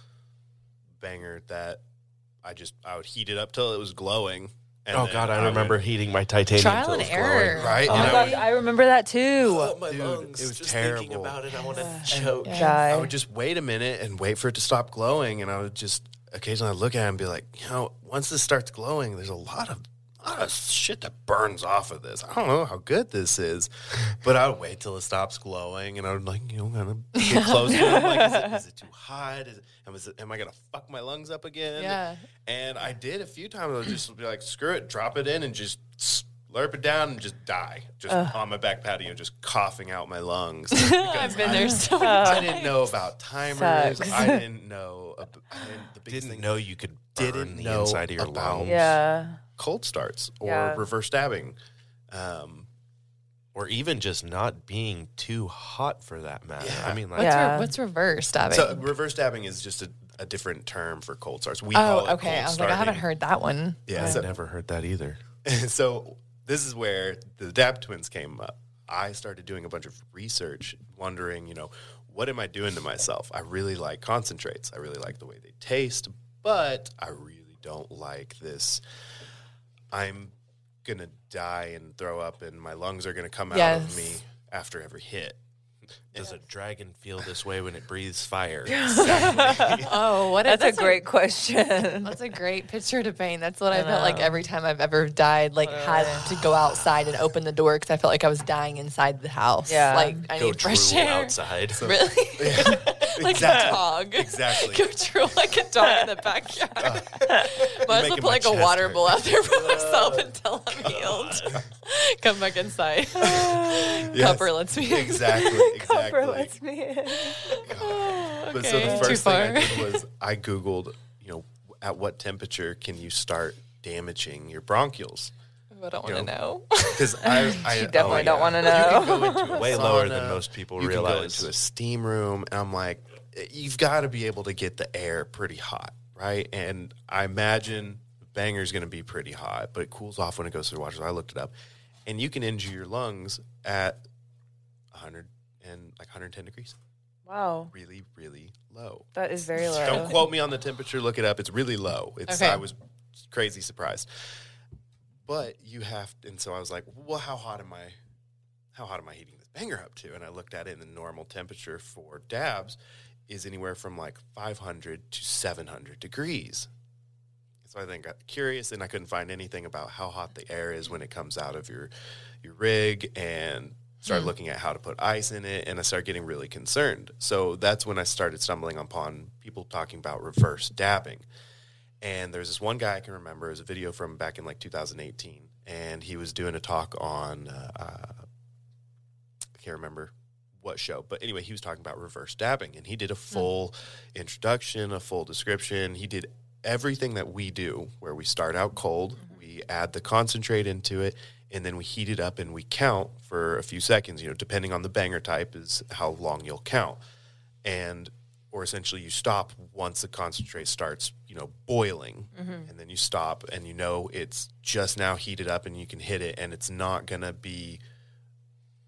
Speaker 3: banger that I just I would heat it up till it was glowing. and
Speaker 4: oh
Speaker 3: then
Speaker 4: God, I,
Speaker 3: would-
Speaker 4: remember heating my titanium.
Speaker 1: Trial
Speaker 4: till it
Speaker 1: and
Speaker 4: was
Speaker 1: error.
Speaker 4: glowing.
Speaker 3: right?
Speaker 4: Oh
Speaker 2: Oh
Speaker 3: and
Speaker 2: my
Speaker 3: I
Speaker 2: gosh,
Speaker 3: would-
Speaker 2: I remember that too.
Speaker 4: Oh, my
Speaker 3: Dude,
Speaker 4: lungs,
Speaker 3: it was
Speaker 4: just Thinking
Speaker 3: terrible.
Speaker 4: about it, I want to choke.
Speaker 3: I
Speaker 2: Guy.
Speaker 3: would just wait a minute and wait for it to stop glowing, and I would just occasionally I'd look at it and be like, you know, once this starts glowing, there's a lot of lot of shit that burns off of this. I don't know how good this is, but I would wait till it stops glowing, and I would like, you know, kind of get closer. I'm like, is it, is it too hot? Is it, am, is it, am I gonna fuck my lungs up again?
Speaker 1: Yeah.
Speaker 3: And I did a few times. I would just be like, screw it, drop it in, and just. Slurp it down and just die, just on my back patio, just coughing out my lungs.
Speaker 1: I've been there so
Speaker 3: I didn't know about timers.
Speaker 2: Sucks.
Speaker 3: I didn't know. ab- I didn't, the biggest
Speaker 4: Didn't
Speaker 3: thing,
Speaker 4: know you could burn
Speaker 3: Didn't
Speaker 4: the
Speaker 3: know
Speaker 4: inside of your
Speaker 3: about-
Speaker 4: lungs
Speaker 2: yeah.
Speaker 3: cold starts or
Speaker 2: Yeah.
Speaker 3: reverse dabbing. Um,
Speaker 4: or even just not being too hot for that matter. I mean, like [LAUGHS]
Speaker 1: What's,
Speaker 2: Yeah.
Speaker 1: re- what's reverse dabbing?
Speaker 3: so reverse dabbing is just a, a different term for cold starts. We call
Speaker 1: oh,
Speaker 3: it
Speaker 1: okay.
Speaker 3: cold
Speaker 1: I was like, I haven't
Speaker 3: starting.
Speaker 1: heard that one.
Speaker 3: Yeah.
Speaker 4: I
Speaker 3: So,
Speaker 4: never heard that either.
Speaker 3: so this is where the dab twins came up. I started doing a bunch of research, wondering, you know, what am I doing to myself? I really like concentrates. I really like the way they taste, but I really don't like this. I'm gonna die and throw up, and my lungs are gonna come out
Speaker 1: Yes.
Speaker 3: of me after every hit.
Speaker 4: Does a dragon feel this way when it breathes fire?
Speaker 1: Oh, what?
Speaker 2: That's, a great [LAUGHS] question.
Speaker 1: [LAUGHS] That's a great picture to paint. That's what I, felt like every time I've ever died, like had to go outside and open the door because I felt like I was dying inside the house.
Speaker 2: Yeah.
Speaker 1: Like I
Speaker 4: Go
Speaker 1: need fresh
Speaker 4: drool
Speaker 1: air.
Speaker 4: outside.
Speaker 1: [LAUGHS]
Speaker 4: [LAUGHS]
Speaker 1: Really?
Speaker 3: [LAUGHS]
Speaker 1: [LAUGHS] like
Speaker 3: Exactly.
Speaker 1: a dog.
Speaker 3: Exactly. Uh,
Speaker 1: Go drool like a dog in the backyard. [LAUGHS] Might as well
Speaker 3: making
Speaker 1: put
Speaker 3: my
Speaker 1: like a
Speaker 3: chest
Speaker 1: water
Speaker 3: hurt.
Speaker 1: bowl out there for myself
Speaker 3: [LAUGHS]
Speaker 1: until I'm healed. [LAUGHS] Come back inside. Copper lets me in. [LAUGHS]
Speaker 3: Exactly. Exactly. But so
Speaker 1: Okay.
Speaker 3: the
Speaker 1: Too
Speaker 3: first thing I
Speaker 1: far.
Speaker 3: did was I Googled, you know, at what temperature can you start damaging your bronchioles?
Speaker 1: I don't want to know.
Speaker 3: Because
Speaker 2: [LAUGHS]
Speaker 3: I, I
Speaker 2: You [LAUGHS] definitely don't want to know.
Speaker 3: know.
Speaker 4: Way lower than most people
Speaker 3: you Can go
Speaker 4: realize.
Speaker 3: into a steam room, and I'm like, you've got to be able to get the air pretty hot, right? And I imagine the banger's going to be pretty hot, but it cools off when it goes through the washers. I looked it up, and you can injure your lungs at 100 and like 110 degrees,
Speaker 2: [LAUGHS] Wow.
Speaker 3: really, really low.
Speaker 2: That is very low.
Speaker 3: Don't quote me on the temperature. Look it up. It's really low. It's
Speaker 1: Okay.
Speaker 3: I was crazy surprised. But you have, and so I was like, well, how hot am I? How hot am I heating this banger up to? And I looked at it, and the normal temperature for dabs is anywhere from like 500 to 700 degrees. So I then got curious, and I couldn't find anything about how hot the air is when it comes out of your your rig, and started looking at how to put ice in it, and I started getting really concerned. So that's when I started stumbling upon people talking about reverse dabbing. And there's this one guy I can remember. It was a video from back in like 2018, and he was doing a talk on uh, uh, I can't remember what show, but anyway, he was talking about reverse dabbing, and he did a full introduction, a full description. He did everything that we do, where we start out cold, we add the concentrate into it, and then we heat it up and we count for a few seconds. You know, depending on the banger type, is how long you'll count and or essentially you stop once the concentrate starts you know boiling and then you stop and you know it's just now heated up and you can hit it and it's not going to be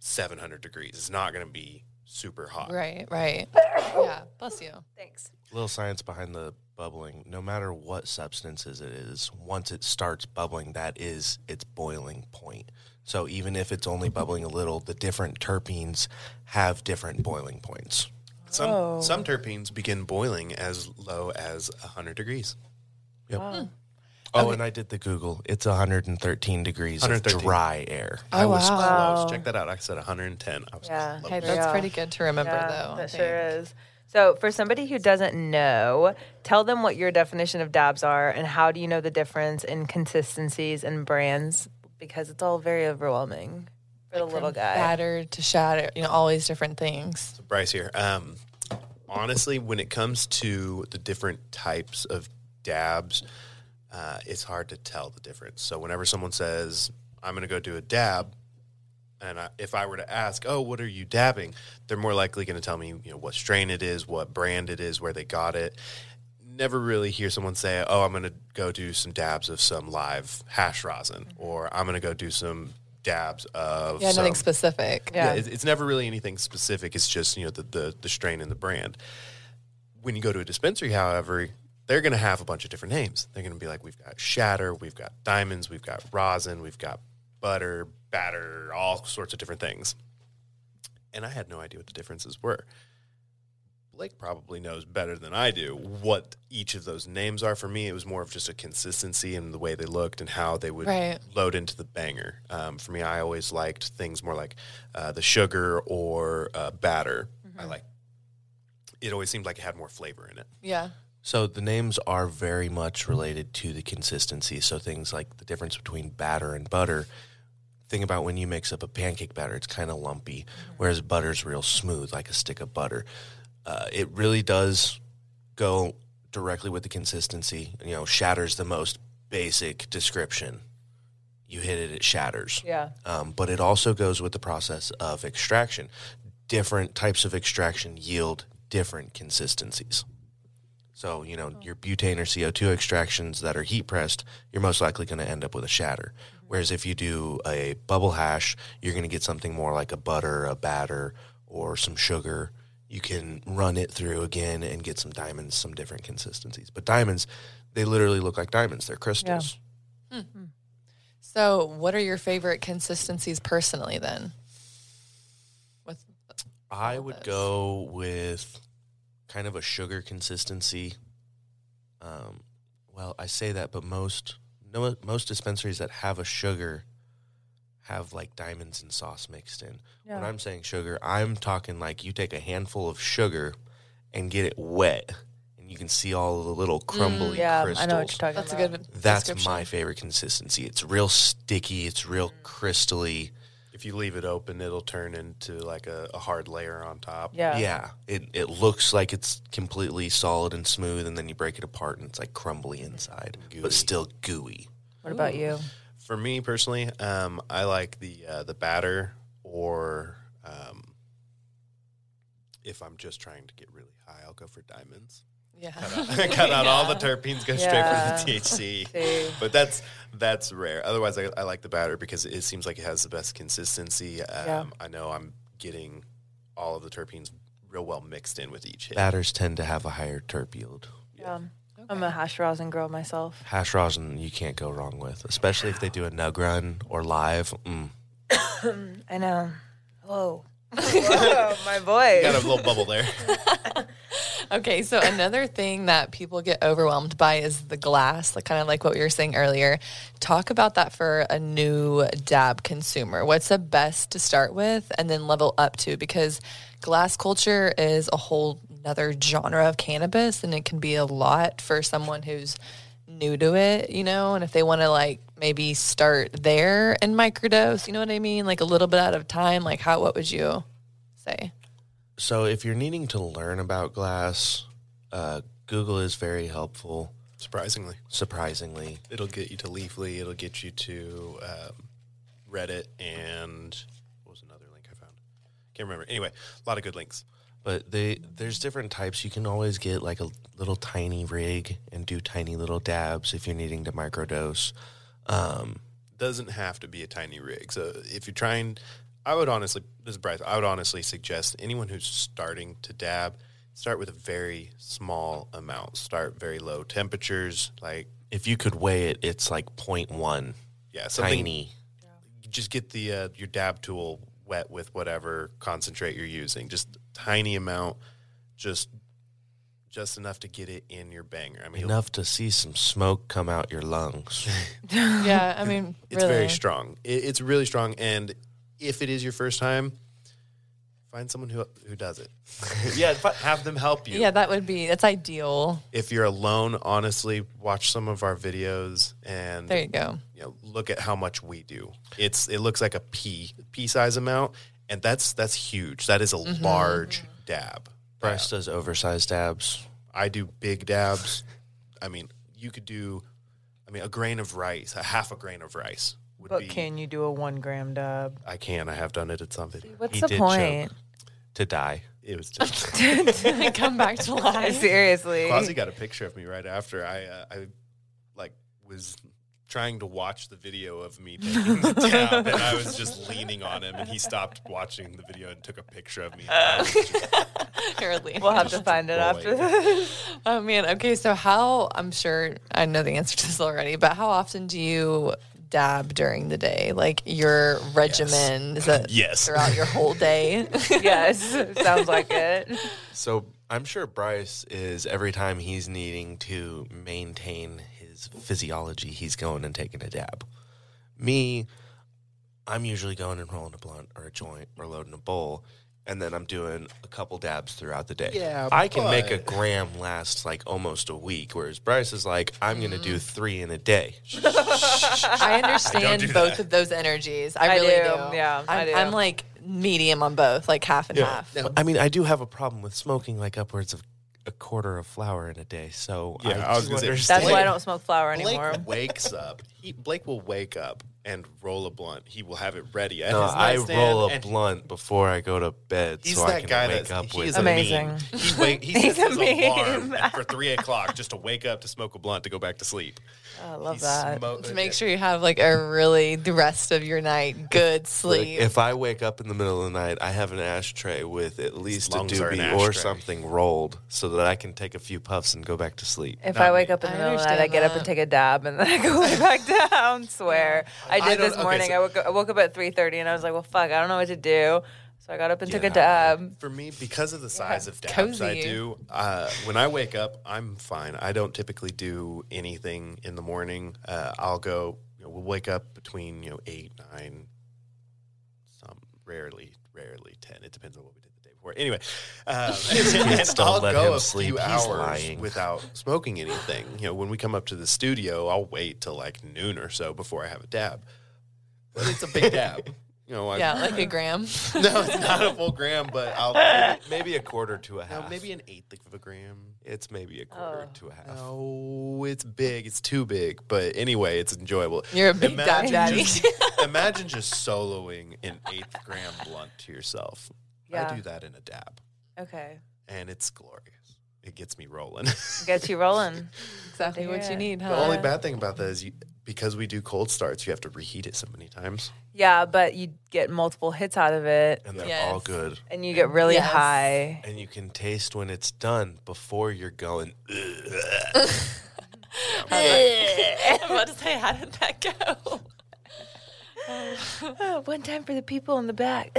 Speaker 3: 700 degrees it's not going to be super hot
Speaker 1: Right, right.
Speaker 2: [COUGHS]
Speaker 1: yeah, bless you.
Speaker 2: Thanks.
Speaker 4: Little science behind the bubbling. No matter what substances it is, once it starts bubbling, that is its boiling point. So even if it's only bubbling a little, the different terpenes have different boiling points.
Speaker 3: some some terpenes begin boiling as low as 100 degrees
Speaker 4: Yep. Oh, and I did the Google. It's 113 degrees
Speaker 3: 113.
Speaker 4: of dry air.
Speaker 1: Oh,
Speaker 3: i was
Speaker 1: wow.
Speaker 3: close check that out i said 110 i was
Speaker 2: Yeah.
Speaker 3: close.
Speaker 2: Hey,
Speaker 1: That's
Speaker 2: Yeah.
Speaker 1: pretty good to remember,
Speaker 2: Yeah,
Speaker 1: though. I
Speaker 2: That
Speaker 1: think.
Speaker 2: sure is. So, for somebody who doesn't know, tell them what your definition of dabs are and how do you know the difference in consistencies and brands because it's all very overwhelming for the little guy.
Speaker 1: Battered to shattered, you know, all these different things.
Speaker 3: Bryce here. Um, honestly, when it comes to the different types of dabs, uh, it's hard to tell the difference. So whenever someone says, "I'm going to go do a dab," and I, if I were to ask, "Oh, what are you dabbing?" they're more likely going to tell me, you know, what strain it is, what brand it is, where they got it. Never really hear someone say, "Oh, I'm going to go do some dabs of some live hash rosin," or "I'm going to go do some dabs of
Speaker 1: Yeah, nothing
Speaker 3: some-
Speaker 1: specific.
Speaker 2: Yeah.
Speaker 3: yeah, it's, it's never really anything specific. It's just you know the, the the strain and the brand. When you go to a dispensary, however, they're going to have a bunch of different names. They're going to be like, we've got shatter, we've got diamonds, we've got rosin, we've got butter, batter, all sorts of different things. And I had no idea what the differences were. Blake probably knows better than I do what each of those names are. For me, it was more of just a consistency and the way they looked and how they would
Speaker 1: Right.
Speaker 3: load into the banger. Um, for me, I always liked things more like uh, the sugar or uh, batter. I like. It always seemed like it had more flavor in it.
Speaker 1: Yeah.
Speaker 4: So the names are very much related to the consistency. So things like the difference between batter and butter. Think about when you mix up a pancake batter, it's kind of lumpy, whereas butter's real smooth, like a stick of butter. Uh, it really does go directly with the consistency. You know, shatters the most basic description. You hit it, it shatters
Speaker 2: Yeah.
Speaker 4: um, but it also goes with the process of extraction. Different types of extraction yield different consistencies. So, you know, your butane or CO2 extractions that are heat pressed, you're most likely going to end up with a shatter. Whereas if you do a bubble hash, you're going to get something more like a butter, a batter, or some sugar. You can run it through again and get some diamonds, some different consistencies. But diamonds, they literally look like diamonds, they're crystals.
Speaker 1: So, what are your favorite consistencies personally then? With
Speaker 4: I
Speaker 1: all
Speaker 4: would
Speaker 1: those.
Speaker 4: go with kind of a sugar consistency. Um, well, I say that, but most no, most dispensaries that have a sugar have like diamonds and sauce mixed in. When I'm saying sugar, I'm talking like you take a handful of sugar and get it wet, and you can see all the little
Speaker 2: Mm,
Speaker 4: crumbly
Speaker 2: Yeah,
Speaker 4: crystals.
Speaker 2: I know what you're talking
Speaker 1: that's a
Speaker 2: about.
Speaker 1: good
Speaker 4: That's
Speaker 1: description.
Speaker 4: my favorite consistency. It's real sticky. It's real
Speaker 2: Mm.
Speaker 4: crystally.
Speaker 3: If you leave it open, it'll turn into like a, a hard layer on top.
Speaker 2: Yeah.
Speaker 4: Yeah, it it looks like it's completely solid and smooth, and then you break it apart, and it's like crumbly inside, but still gooey.
Speaker 2: What about you?
Speaker 3: For me personally, um, I like the uh, the batter, or um, if I'm just trying to get really high, I'll go for diamonds.
Speaker 1: Yeah.
Speaker 3: Cut
Speaker 2: [LAUGHS]
Speaker 3: out [LAUGHS] all the terpenes, go
Speaker 2: Yeah.
Speaker 3: straight
Speaker 2: [LAUGHS]
Speaker 3: for the THC.
Speaker 2: See.
Speaker 3: but that's that's rare. Otherwise, I, I like the batter because it seems like it has the best consistency. Um,
Speaker 2: Yeah.
Speaker 3: I know I'm getting all of the terpenes real well mixed in with each hit.
Speaker 4: Batters tend to have a higher terp yield.
Speaker 2: Yeah. Um, I'm a hash rosin girl myself.
Speaker 4: Hash rosin you can't go wrong with, especially if they do a nug run or live. Mm.
Speaker 2: I know. uh, Whoa. Whoa, my voice. [LAUGHS]
Speaker 3: Got a little bubble there.
Speaker 1: Okay, so another thing that people get overwhelmed by is the glass, like kind of like what we were saying earlier. Talk about that for a new dab consumer. What's the best to start with and then level up to? Because glass culture is a whole another genre of cannabis and it can be a lot for someone who's new to it, you know, and if they want to like maybe start there and microdose, you know what I mean? Like a little bit out of time, like how what would you
Speaker 3: [SIGHS]
Speaker 1: say?
Speaker 4: So if you're needing to learn about glass, uh, Google is very helpful.
Speaker 3: Surprisingly,
Speaker 4: Surprisingly,
Speaker 3: it'll get you to Leafly. It'll get you to um, Reddit and what was another link I found? Can't remember. Anyway, a lot of good links.
Speaker 4: but they there's different types. You can always get like a little tiny rig and do tiny little dabs if you're needing to microdose. Um,
Speaker 3: doesn't have to be a tiny rig. So if you're trying, I would honestly, this is Bryce, I would honestly suggest anyone who's starting to dab, start with a very small amount. Start very low temperatures, like
Speaker 4: if you could weigh it, it's like 0.1
Speaker 3: yeah, something.
Speaker 4: tiny.
Speaker 3: Just get the uh, your dab tool wet with whatever concentrate you're using. Just tiny amount, just just enough to get it in your banger. I mean, it'll-
Speaker 4: Enough to see some smoke come out your [LAUGHS] lungs.
Speaker 1: Yeah, I mean,
Speaker 3: it's very strong. It, it's really strong, and if it is your first time, find someone who who does it. yeah, fi- have them help you.
Speaker 1: Yeah, that would be that's ideal.
Speaker 3: If you're alone, honestly, watch some of our videos and
Speaker 1: There you go. [LAUGHS]
Speaker 3: you know, look at how much we do. It's it looks like a pea pea size amount, and that's that's huge. That is a
Speaker 1: Mm-hmm.
Speaker 3: large dab.
Speaker 4: Bryce does oversized dabs.
Speaker 3: I do big dabs. I mean, you could do. I mean, a grain of rice, a half a grain of rice would be.
Speaker 2: But can you do a one gram dab?
Speaker 3: I can. I have done it at
Speaker 2: [LAUGHS]
Speaker 3: some video.
Speaker 2: What's
Speaker 4: He
Speaker 2: the
Speaker 4: did
Speaker 2: point? [LAUGHS]
Speaker 4: choke to die.
Speaker 3: It was just.
Speaker 1: Come back
Speaker 2: [LAUGHS]
Speaker 1: to life.
Speaker 2: Seriously.
Speaker 3: Quasi got a picture of me right after I uh, I like was trying to watch the video of
Speaker 2: [LAUGHS]
Speaker 3: me taking the tab, and I was just leaning on him, and he stopped watching the video and took a
Speaker 2: [LAUGHS]
Speaker 3: picture of me. I was just-
Speaker 1: Apparently.
Speaker 2: We'll have to find it after this. [LAUGHS]
Speaker 1: Oh man. Okay, so how I'm sure I know the answer to this already, but how often do you dab during the day? Like your regimen is that
Speaker 3: [CLEARS THROAT] Yes.
Speaker 1: throughout your whole day?
Speaker 3: [LAUGHS]
Speaker 2: yes, sounds like it.
Speaker 4: So I'm sure Bryce is every time he's needing to maintain his physiology, he's going and taking a dab. Me, I'm usually going and rolling a blunt or a joint or loading a bowl, and then I'm doing a couple dabs throughout the day.
Speaker 3: Yeah,
Speaker 4: I can make a
Speaker 3: but-
Speaker 4: gram last like almost a week, whereas Bryce is like, I'm gonna
Speaker 3: Mm.
Speaker 4: do three in a day.
Speaker 1: I understand
Speaker 3: do
Speaker 1: both
Speaker 3: that.
Speaker 1: of those energies. I,
Speaker 2: I
Speaker 1: really
Speaker 2: do,
Speaker 1: do.
Speaker 2: yeah, I
Speaker 1: I'm,
Speaker 2: do.
Speaker 1: I'm like medium on both, like half and half.
Speaker 4: Now, I mean, I do have a problem with smoking like upwards of a quarter of flour in a day. So
Speaker 3: Yeah, I was
Speaker 4: do
Speaker 3: gonna say-
Speaker 4: understand.
Speaker 2: That's why I
Speaker 3: Blake-
Speaker 2: don't smoke flour anymore.
Speaker 3: Blake wakes up. He, Blake will wake up and roll a blunt. He will have it ready. At
Speaker 4: No,
Speaker 3: his
Speaker 4: I
Speaker 3: nightstand,
Speaker 4: roll a
Speaker 3: and
Speaker 4: blunt before I go to bed,
Speaker 3: He's
Speaker 4: so I
Speaker 3: that
Speaker 4: can
Speaker 3: guy
Speaker 4: wake
Speaker 3: that's
Speaker 4: up
Speaker 3: he
Speaker 4: with.
Speaker 3: is a
Speaker 2: Amazing.
Speaker 3: [LAUGHS] meme. He wake he sets
Speaker 2: He's a
Speaker 3: his
Speaker 2: meme.
Speaker 3: alarm for three o'clock just to wake up to smoke a blunt to go back to sleep.
Speaker 2: I love that.
Speaker 1: To make sure you have like a really the rest of your night good
Speaker 4: Like,
Speaker 1: sleep.
Speaker 4: if I wake up in the middle of the night, I have an ashtray with at least a
Speaker 3: lungs are an
Speaker 4: doobie or
Speaker 3: ashtray.
Speaker 4: something rolled, so that I can take a few puffs and go back to sleep.
Speaker 2: If I wake up in the
Speaker 1: I
Speaker 2: middle of the night, I
Speaker 1: understand
Speaker 2: get up and
Speaker 1: that.
Speaker 2: take a dab, and then I go [LAUGHS] way back down. Swear, I did
Speaker 3: I don't-
Speaker 2: this
Speaker 3: okay,
Speaker 2: morning.
Speaker 3: so-
Speaker 2: I, woke, I woke up at three thirty, and I was like, "Well, fuck, I don't know what to do." So I got up and took a
Speaker 4: out of
Speaker 2: dab.
Speaker 3: For me, because of the size of dabs
Speaker 1: cozy.
Speaker 3: I do, uh, when I wake up, I'm fine. I don't typically do anything in the morning. Uh, I'll go. You know, we'll wake up between you know eight, nine, some rarely, rarely ten. It depends on what we did the day before. Anyway,
Speaker 4: [LAUGHS]
Speaker 3: [LAUGHS] um, and
Speaker 4: Don't
Speaker 3: I'll
Speaker 4: let him
Speaker 3: go a
Speaker 4: sleep.
Speaker 3: few
Speaker 4: He's
Speaker 3: hours
Speaker 4: lying.
Speaker 3: without smoking anything. You know, when we come up to the studio, I'll wait till like noon or so before I have a dab. But it's
Speaker 4: [LAUGHS]
Speaker 3: a big dab. You know, I,
Speaker 1: yeah, like a gram.
Speaker 3: [LAUGHS]
Speaker 1: [LAUGHS]
Speaker 3: no, it's not a full gram, but I'll
Speaker 4: Maybe a quarter to a half.
Speaker 3: no, maybe an eighth of a gram.
Speaker 4: it's maybe a quarter to a half.
Speaker 3: Oh, it's big. It's too big. But anyway, it's enjoyable.
Speaker 1: You're a big dab daddy.
Speaker 2: [LAUGHS]
Speaker 3: Just, imagine just soloing an eighth gram blunt to yourself.
Speaker 2: Yeah.
Speaker 3: I do that in a dab,
Speaker 2: Okay,
Speaker 3: and it's glorious. It gets me rolling. [LAUGHS]
Speaker 2: get you rolling.
Speaker 1: exactly what you need, huh?
Speaker 3: the only bad thing about that is you, because we do cold starts, you have to reheat it so many times.
Speaker 2: Yeah, but you get multiple hits out of it,
Speaker 4: And they're
Speaker 1: Yes.
Speaker 4: all good.
Speaker 2: and you get really
Speaker 1: Yes.
Speaker 2: high.
Speaker 4: And you can taste when it's done before you're going. "Ugh."
Speaker 1: [LAUGHS] I'm about to say, how did that go?
Speaker 2: Oh, [LAUGHS] one time for the people in the back.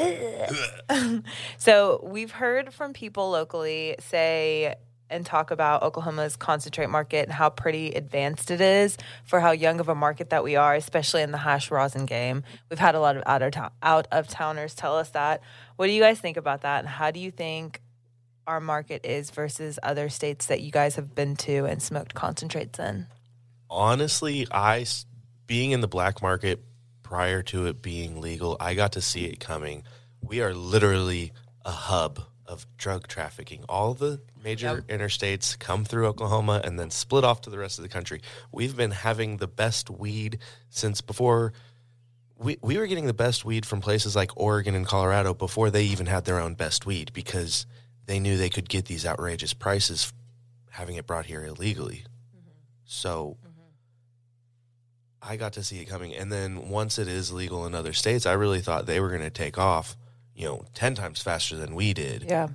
Speaker 2: [LAUGHS] Ugh. so we've heard from people locally say and talk about Oklahoma's concentrate market and how pretty advanced it is for how young of a market that we are, especially in the hash rosin game. We've had a lot of out of town out of towners tell us that. What do you guys think about that? And how do you think our market is versus other states that you guys have been to and smoked concentrates in?
Speaker 4: honestly, I s- being in the black market prior to it being legal, I got to see it coming. We are literally a hub of drug trafficking. All the major interstates come through Oklahoma and then split off to the rest of the country. We've been having the best weed since before we, we were getting the best weed from places like Oregon and Colorado before they even had their own best weed because they knew they could get these outrageous prices having it brought here illegally. So I got to see it coming. And then once it is legal in other states, I really thought they were going to take off, you know, 10 times faster than we did.
Speaker 2: Yeah.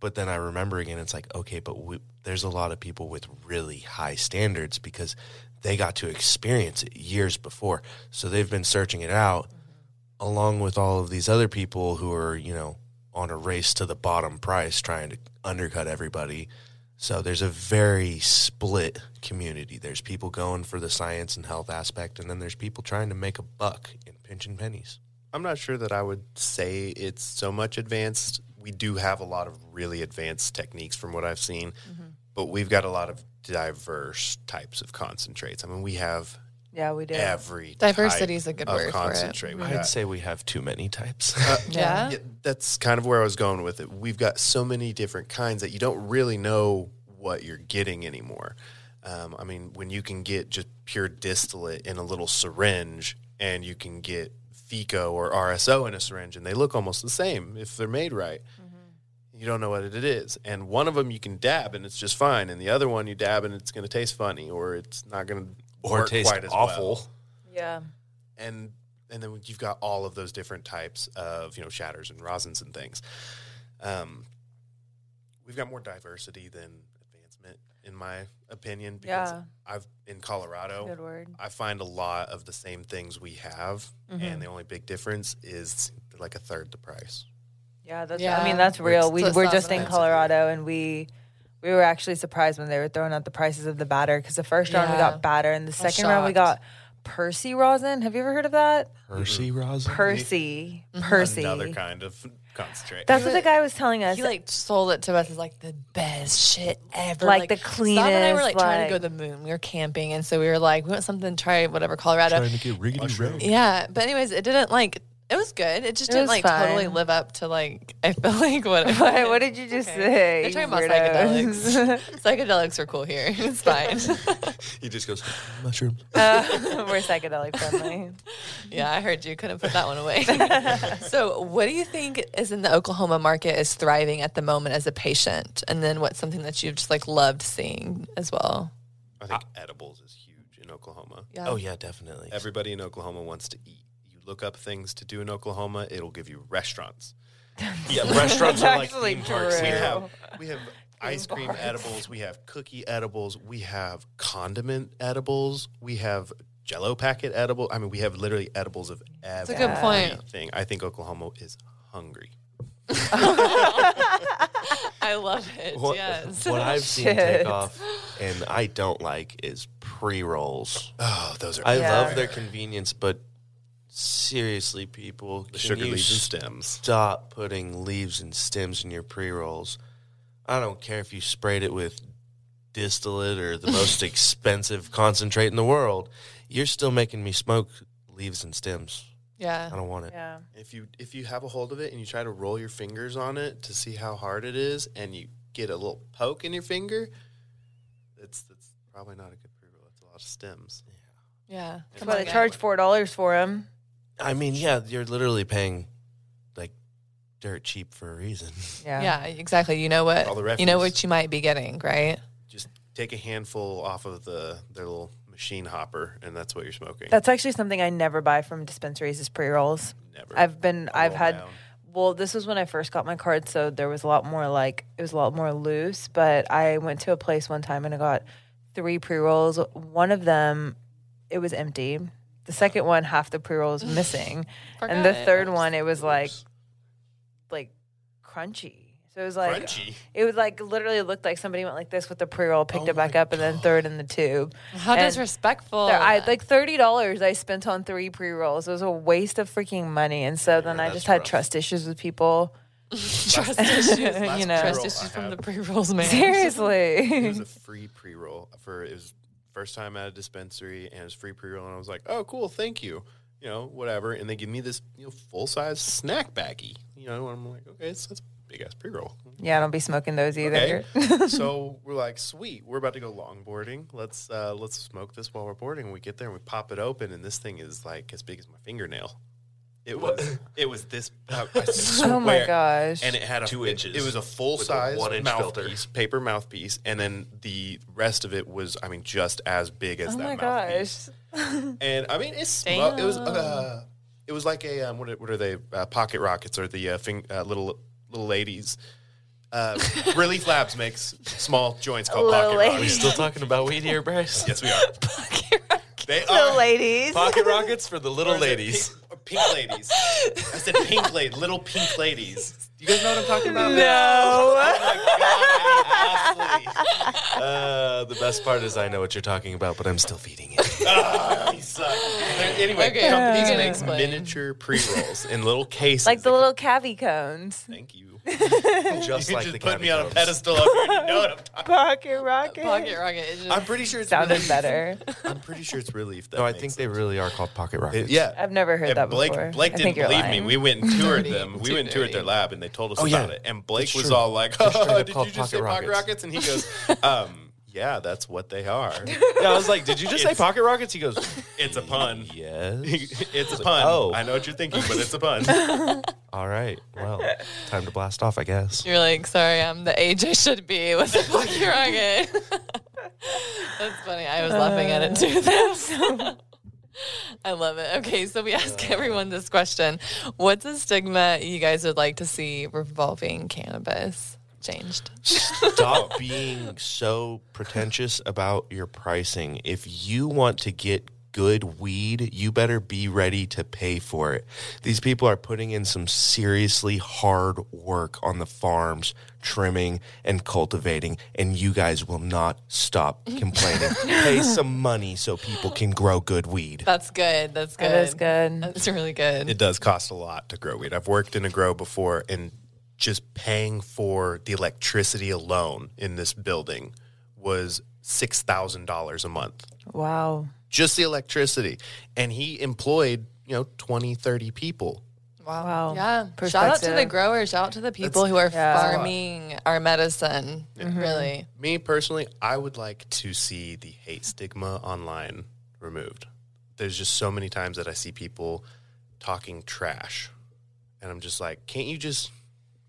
Speaker 4: But then I remember again, it's like, okay, but we, there's a lot of people with really high standards because they got to experience it years before. So they've been searching it out along with all of these other people who are, you know, on a race to the bottom price trying to undercut everybody. So there's a very split community. There's people going for the science and health aspect, and then there's people trying to make a buck and pinching pennies.
Speaker 3: I'm not sure that I would say it's so much advanced. We do have a lot of really advanced techniques from what I've seen,
Speaker 1: Mm-hmm.
Speaker 3: but we've got a lot of diverse types of concentrates. I mean, we have
Speaker 2: Yeah, we do.
Speaker 3: every
Speaker 1: Diversity
Speaker 3: type
Speaker 1: is a good
Speaker 3: of
Speaker 1: word for it.
Speaker 3: concentrate. We've got-
Speaker 4: I'd say we have too many types.
Speaker 1: Yeah.
Speaker 3: Yeah, that's kind of where I was going with it. We've got so many different kinds that you don't really know what you're getting anymore. Um, I mean, when you can get just pure distillate in a little syringe and you can get FICO or RSO in a syringe and they look almost the same if they're made right. You don't know what it is. And one of them you can dab and it's just fine. And the other one you dab and it's going to taste funny or it's not going to
Speaker 4: [LAUGHS] Or
Speaker 3: work
Speaker 4: taste
Speaker 3: quite as
Speaker 4: awful.
Speaker 3: well
Speaker 2: Yeah.
Speaker 3: and and then you've got all of those different types of you know shatters and rosins and things. Um, we've got more diversity than advancement, in my opinion. Because
Speaker 2: Yeah.
Speaker 3: I've in Colorado,
Speaker 2: Good word.
Speaker 3: I find a lot of the same things we have, and the only big difference is they're like a third the price.
Speaker 2: Yeah, that's. I
Speaker 1: Yeah.
Speaker 2: mean, that's real. We
Speaker 1: it's
Speaker 2: we're
Speaker 1: not
Speaker 2: just in
Speaker 1: expensive,
Speaker 2: Colorado, and we we were actually surprised when they were throwing out the prices of the batter because the first round we
Speaker 1: Yeah.
Speaker 2: got batter, and the second round we got
Speaker 1: shocked.
Speaker 2: Percy rosin. Have you ever heard of that?
Speaker 4: Percy Rosin.
Speaker 2: Percy, Percy.
Speaker 3: Another kind of [LAUGHS] concentrate.
Speaker 2: That's what the guy was telling us.
Speaker 1: Mm-hmm. He like sold it to us as like the best shit ever,
Speaker 2: Like the
Speaker 1: Stop and I were
Speaker 2: cleanest,
Speaker 1: like, trying to
Speaker 2: like-
Speaker 1: go to the moon. We were camping, and so we were like, we want something to try, whatever Colorado.
Speaker 4: to get riggedy road.
Speaker 1: Yeah, but anyways, it didn't like it was good. It just
Speaker 2: It
Speaker 1: didn't
Speaker 2: was
Speaker 1: like totally
Speaker 2: fine.
Speaker 1: live up to like I feel like [LAUGHS] what. it
Speaker 2: [LAUGHS] What,
Speaker 1: was.
Speaker 2: what did you just
Speaker 1: Okay.
Speaker 2: say?
Speaker 1: They're
Speaker 2: you
Speaker 1: talking about
Speaker 2: weirdos?
Speaker 1: psychedelics. [LAUGHS] psychedelics are cool here. It's fine. [LAUGHS]
Speaker 4: He just goes, mushroom.
Speaker 2: [LAUGHS] Uh, we're psychedelic friendly.
Speaker 1: yeah, I heard you. Couldn't put that one [LAUGHS] away. so, what do you think is in the Oklahoma market is thriving at the moment as a patient, and then what's something that you've just like loved seeing as well?
Speaker 3: I think edibles is huge in Oklahoma.
Speaker 1: Yeah.
Speaker 4: Oh, yeah, definitely.
Speaker 3: Everybody in Oklahoma wants to eat. You look up things to do in Oklahoma; it'll give you restaurants.
Speaker 4: Yeah,
Speaker 2: [LAUGHS]
Speaker 4: restaurants are like
Speaker 2: actually
Speaker 4: theme parks.
Speaker 3: We
Speaker 2: true.
Speaker 1: Oh.
Speaker 3: have we
Speaker 1: [LAUGHS]
Speaker 3: have ice cream edibles, we have cookie edibles, we have condiment edibles, we have jello packet edible. I mean, we have literally edibles of
Speaker 1: a good point.
Speaker 3: everything. I think Oklahoma is hungry.
Speaker 1: I love it.
Speaker 4: What,
Speaker 1: yes.
Speaker 4: what I've seen
Speaker 2: Shit.
Speaker 4: take off and I don't like is pre rolls.
Speaker 3: Oh, those are
Speaker 4: I
Speaker 2: Yeah.
Speaker 4: love their convenience, but seriously, people,
Speaker 3: the
Speaker 4: can
Speaker 3: sugar
Speaker 4: you
Speaker 3: leaves and stems.
Speaker 4: stop putting leaves and stems in your pre rolls? I don't care if you sprayed it with distillate or the most expensive concentrate in the world. You're still making me smoke leaves and stems.
Speaker 1: [LAUGHS]
Speaker 4: I
Speaker 1: yeah.
Speaker 4: don't want it.
Speaker 2: Yeah.
Speaker 3: If you if you have a hold of it and you try to roll your fingers on it to see how hard it is, and you get a little poke in your finger, that's that's probably not a good pre-roll. It's a lot of stems.
Speaker 1: Yeah. Come
Speaker 2: But
Speaker 1: on,
Speaker 2: I
Speaker 1: guys.
Speaker 2: charged four dollars for him.
Speaker 4: I mean, yeah, you're literally paying like dirt cheap for a reason.
Speaker 2: Yeah.
Speaker 1: Yeah, exactly. You know what?
Speaker 3: All the
Speaker 1: you know
Speaker 3: refuse.
Speaker 1: what you might be getting, right?
Speaker 3: just take a handful off of the their little machine hopper, and that's what you're smoking.
Speaker 2: [LAUGHS] That's actually something I never buy from dispensaries is pre rolls.
Speaker 3: Never.
Speaker 2: I've been I've
Speaker 3: roll
Speaker 2: had
Speaker 3: down.
Speaker 2: well, this was when I first got my card, so there was a lot more like it was a lot more loose, but I went to a place one time and I got three pre rolls. One of them it was empty. The second one, half the pre roll
Speaker 3: [SIGHS]
Speaker 2: is missing, and the
Speaker 1: Forgot it.
Speaker 2: third one, it was like, like crunchy. So it was like
Speaker 3: Crunchy? Oh
Speaker 2: It was like literally looked like somebody went like this with the pre roll, picked it back up, and then third in the tube.
Speaker 1: How
Speaker 2: And
Speaker 1: disrespectful.
Speaker 2: there-
Speaker 3: Oh,
Speaker 2: I like thirty dollars I spent on three pre rolls. It was a waste of freaking money, and so then I
Speaker 4: that's
Speaker 2: just had
Speaker 4: rough.
Speaker 2: trust issues with people.
Speaker 1: [LAUGHS]
Speaker 2: [LAUGHS]
Speaker 1: trust issues.
Speaker 2: you
Speaker 3: last
Speaker 2: know,
Speaker 3: pre-roll
Speaker 1: Trust issues
Speaker 3: I
Speaker 1: from
Speaker 3: had.
Speaker 1: the pre rolls, man. [LAUGHS]
Speaker 3: it
Speaker 2: seriously.
Speaker 3: [LAUGHS] was a free pre roll for it was first time at a dispensary and it was free pre roll and I was like, oh cool, thank you, you know whatever. And they give me this you know full size snack baggie, you know, and I'm like, okay, it's that's big ass pre roll.
Speaker 2: yeah, I don't be smoking those either. [LAUGHS]
Speaker 3: Okay, [LAUGHS] so we're like, sweet, we're about to go longboarding. Let's uh, let's smoke this while we're boarding. We get there and we pop it open, and this thing is like as big as my fingernail. It was it was this. I, I swear,
Speaker 2: Oh my gosh.
Speaker 3: and it had a,
Speaker 4: Two
Speaker 3: it-
Speaker 4: inches
Speaker 3: It, was a [LAUGHS] full
Speaker 4: with a
Speaker 3: size
Speaker 4: one-inch filter.
Speaker 3: mouthpiece, paper mouthpiece, and then the rest of it was, I mean, just as big as
Speaker 2: oh
Speaker 3: that
Speaker 2: my
Speaker 3: mouthpiece.
Speaker 2: gosh.
Speaker 3: And I mean, it's sm- it was uh, it was like a um, what, are, what are they uh, pocket rockets or the uh, fing- uh, little little ladies. Uh,
Speaker 2: [LAUGHS]
Speaker 3: Relief Labs makes small joints called
Speaker 2: Little
Speaker 3: pocket
Speaker 2: ladies.
Speaker 3: rockets.
Speaker 4: Still talking about weed here, [LAUGHS] Bryce?
Speaker 3: Yes, we are.
Speaker 2: [LAUGHS]
Speaker 3: They
Speaker 2: The
Speaker 3: are
Speaker 2: ladies.
Speaker 4: Pocket rockets for the little
Speaker 3: or is it
Speaker 4: ladies.
Speaker 3: pink- or pink ladies. I said pink lady, little
Speaker 2: [LAUGHS]
Speaker 3: pink ladies. Do you guys know what I'm talking about? [LAUGHS]
Speaker 2: No.
Speaker 3: Oh my God, Ashley.
Speaker 4: Uh, the best part is I know what you're talking about, but I'm still feeding it.
Speaker 3: They suck. They're- Anyway,
Speaker 1: Okay, you
Speaker 3: companies
Speaker 1: can
Speaker 3: make
Speaker 1: explain.
Speaker 3: miniature pre rolls in little cases.
Speaker 2: Like the
Speaker 3: that-
Speaker 2: little cavi cones.
Speaker 3: Thank you.
Speaker 4: Just
Speaker 3: [LAUGHS] you
Speaker 4: like
Speaker 3: just
Speaker 4: the
Speaker 3: put me
Speaker 4: Cabbie
Speaker 3: on a
Speaker 4: Cubs.
Speaker 3: pedestal. Up here. You know what I'm talking.
Speaker 2: Pocket rocket.
Speaker 1: Pocket rocket. It's just-
Speaker 3: [LAUGHS] I'm pretty sure it's
Speaker 2: Sounded
Speaker 3: relief. [LAUGHS]
Speaker 2: better.
Speaker 3: I'm pretty sure it's relief. That
Speaker 4: No, I
Speaker 3: makes
Speaker 4: think
Speaker 3: it.
Speaker 4: they really are called pocket rockets.
Speaker 3: yeah.
Speaker 2: I've never heard
Speaker 3: and
Speaker 2: that
Speaker 3: Blake,
Speaker 2: before.
Speaker 3: Blake
Speaker 2: I
Speaker 3: didn't
Speaker 2: think you're
Speaker 3: believe
Speaker 2: lying.
Speaker 3: me. We went and
Speaker 2: [LAUGHS]
Speaker 3: toured
Speaker 1: Dirty.
Speaker 3: them. We
Speaker 1: Too
Speaker 3: went and toured
Speaker 1: dirty.
Speaker 3: their lab, and they told us
Speaker 4: Oh, yeah.
Speaker 3: about it. And Blake
Speaker 4: That's
Speaker 3: was
Speaker 4: true.
Speaker 3: all like, "Oh,
Speaker 4: They're straight up
Speaker 3: "Did
Speaker 4: called
Speaker 3: you just
Speaker 4: pocket
Speaker 3: say pocket
Speaker 4: rockets."
Speaker 3: rockets?" And he goes, [LAUGHS] um, "Yeah, that's what
Speaker 2: [LAUGHS]
Speaker 3: they are.
Speaker 4: Yeah, I was like, did you just say
Speaker 3: It's-
Speaker 4: pocket rockets? He goes,
Speaker 3: It's a pun. [LAUGHS]
Speaker 4: yes.
Speaker 3: It's a pun.
Speaker 4: oh.
Speaker 3: I know what you're thinking, but it's a pun."
Speaker 4: All right. Well, time to blast off, I guess.
Speaker 1: You're like, sorry, I'm the age I should be [LAUGHS] with a pocket rocket. [LAUGHS] That's funny. I was laughing
Speaker 2: Uh.
Speaker 1: at it too. That's [LAUGHS] I love it. Okay, so we ask everyone this question: What's a stigma you guys would like to see revolving cannabis changed?
Speaker 4: Stop [LAUGHS] being so pretentious about your pricing. If you want to get good weed, you better be ready to pay for it. These people are putting in some seriously hard work on the farms, trimming and cultivating, and you guys will not stop complaining. pay some money so people can grow good weed.
Speaker 1: That's good. That's good.
Speaker 2: That is good.
Speaker 1: That's really good.
Speaker 3: It does cost a lot to grow weed. I've worked in a grow before, and just paying for the electricity alone in this building was six thousand dollars a month.
Speaker 2: Wow.
Speaker 3: Just the electricity, and he employed you know 20, 30 people.
Speaker 2: Wow.
Speaker 1: Yeah. Shout out to the
Speaker 2: Perspective.
Speaker 1: growers. Shout out to the people who are
Speaker 2: Yeah.
Speaker 1: farming our medicine. Really.
Speaker 3: Me personally, I would like to see the hate stigma online removed. There's just so many times that I see people talking trash, and I'm just like, can't you just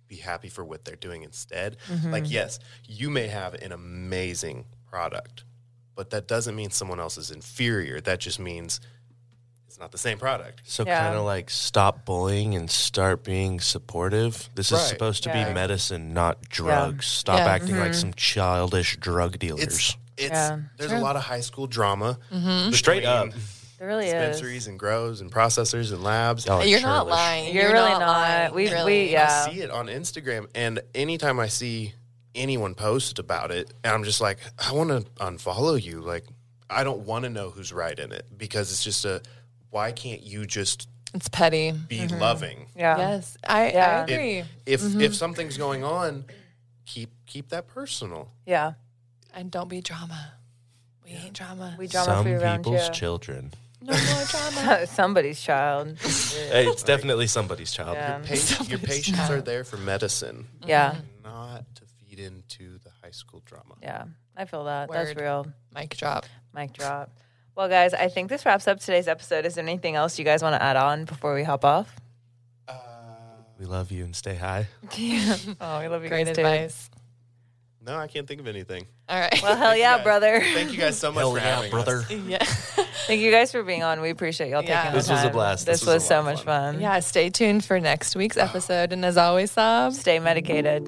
Speaker 3: be happy for what they're doing instead? Like, yes, you may have [LAUGHS] an amazing product, but that doesn't mean someone else is inferior. That just means it's not the same product.
Speaker 4: So
Speaker 2: Yeah.
Speaker 4: kind of like stop bullying and start being supportive. This
Speaker 3: Right.
Speaker 4: is supposed to
Speaker 2: Yeah. Mm-hmm.
Speaker 4: be medicine, not drugs. Stop
Speaker 1: Yeah.
Speaker 4: acting like some childish drug dealers.
Speaker 3: It's it's
Speaker 2: Yeah,
Speaker 3: there's a lot of high school drama
Speaker 4: Mm-hmm. Straight up.
Speaker 2: It really is.
Speaker 3: dispensaries and grows and processors and labs.
Speaker 4: Y'all are
Speaker 1: You're not
Speaker 4: churlish.
Speaker 1: lying.
Speaker 2: You're really not.
Speaker 1: lying.
Speaker 2: We,
Speaker 1: Really.
Speaker 2: we, yeah.
Speaker 3: I see it on Instagram, and anytime I see anyone post about it, and I'm just like, I want to unfollow you. Like, I don't want to know who's right in it because it's just a why can't you just
Speaker 1: It's petty.
Speaker 3: be loving?
Speaker 2: Yeah.
Speaker 1: Yes, I,
Speaker 2: Yeah.
Speaker 1: I
Speaker 3: If-
Speaker 1: agree.
Speaker 3: If
Speaker 2: Mm-hmm.
Speaker 3: if something's going on, keep keep that personal.
Speaker 2: Yeah.
Speaker 1: and don't be drama. We ain't drama.
Speaker 2: We drama
Speaker 4: Some
Speaker 2: free around
Speaker 4: people's
Speaker 2: you.
Speaker 4: children.
Speaker 1: no more drama.
Speaker 2: [LAUGHS] Somebody's child.
Speaker 4: Hey, it's definitely somebody's child.
Speaker 2: Yeah.
Speaker 3: Pa- your patients are there for medicine,
Speaker 2: Yeah.
Speaker 3: Mm-hmm. not to feed into the high school drama.
Speaker 2: Yeah. I feel that. That's
Speaker 1: Word.
Speaker 2: real.
Speaker 1: Mic drop.
Speaker 2: Mic drop. Well, guys, I think this wraps up today's episode. Is there anything else you guys want to add on before we
Speaker 1: [LAUGHS]
Speaker 2: hop off?
Speaker 4: We love you and stay high.
Speaker 2: Yeah. Oh, we love you
Speaker 1: Great
Speaker 2: guys.
Speaker 1: advice.
Speaker 3: No, I can't think of anything.
Speaker 1: All right.
Speaker 2: Too. Well, hell yeah,
Speaker 3: guys.
Speaker 2: brother.
Speaker 3: Thank you
Speaker 4: [LAUGHS]
Speaker 3: guys so much
Speaker 4: Hell
Speaker 3: for
Speaker 4: yeah,
Speaker 3: having
Speaker 4: brother.
Speaker 3: us.
Speaker 1: [LAUGHS] yeah.
Speaker 2: [LAUGHS] Thank you guys for being on. We appreciate y'all
Speaker 1: Yeah.
Speaker 2: taking the
Speaker 1: This was a
Speaker 2: time.
Speaker 4: blast.
Speaker 2: This,
Speaker 4: This
Speaker 2: was,
Speaker 4: was a
Speaker 2: so
Speaker 4: lot
Speaker 2: much
Speaker 4: of
Speaker 2: fun.
Speaker 1: Yeah. Stay tuned for next week's episode. And as always, Sob.
Speaker 2: Stay medicated.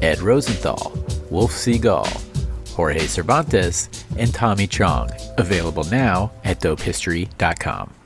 Speaker 6: Ed Rosenthal, Wolf Seagal, Jorge Cervantes, and Tommy Chong. Available now at dopehistory.com.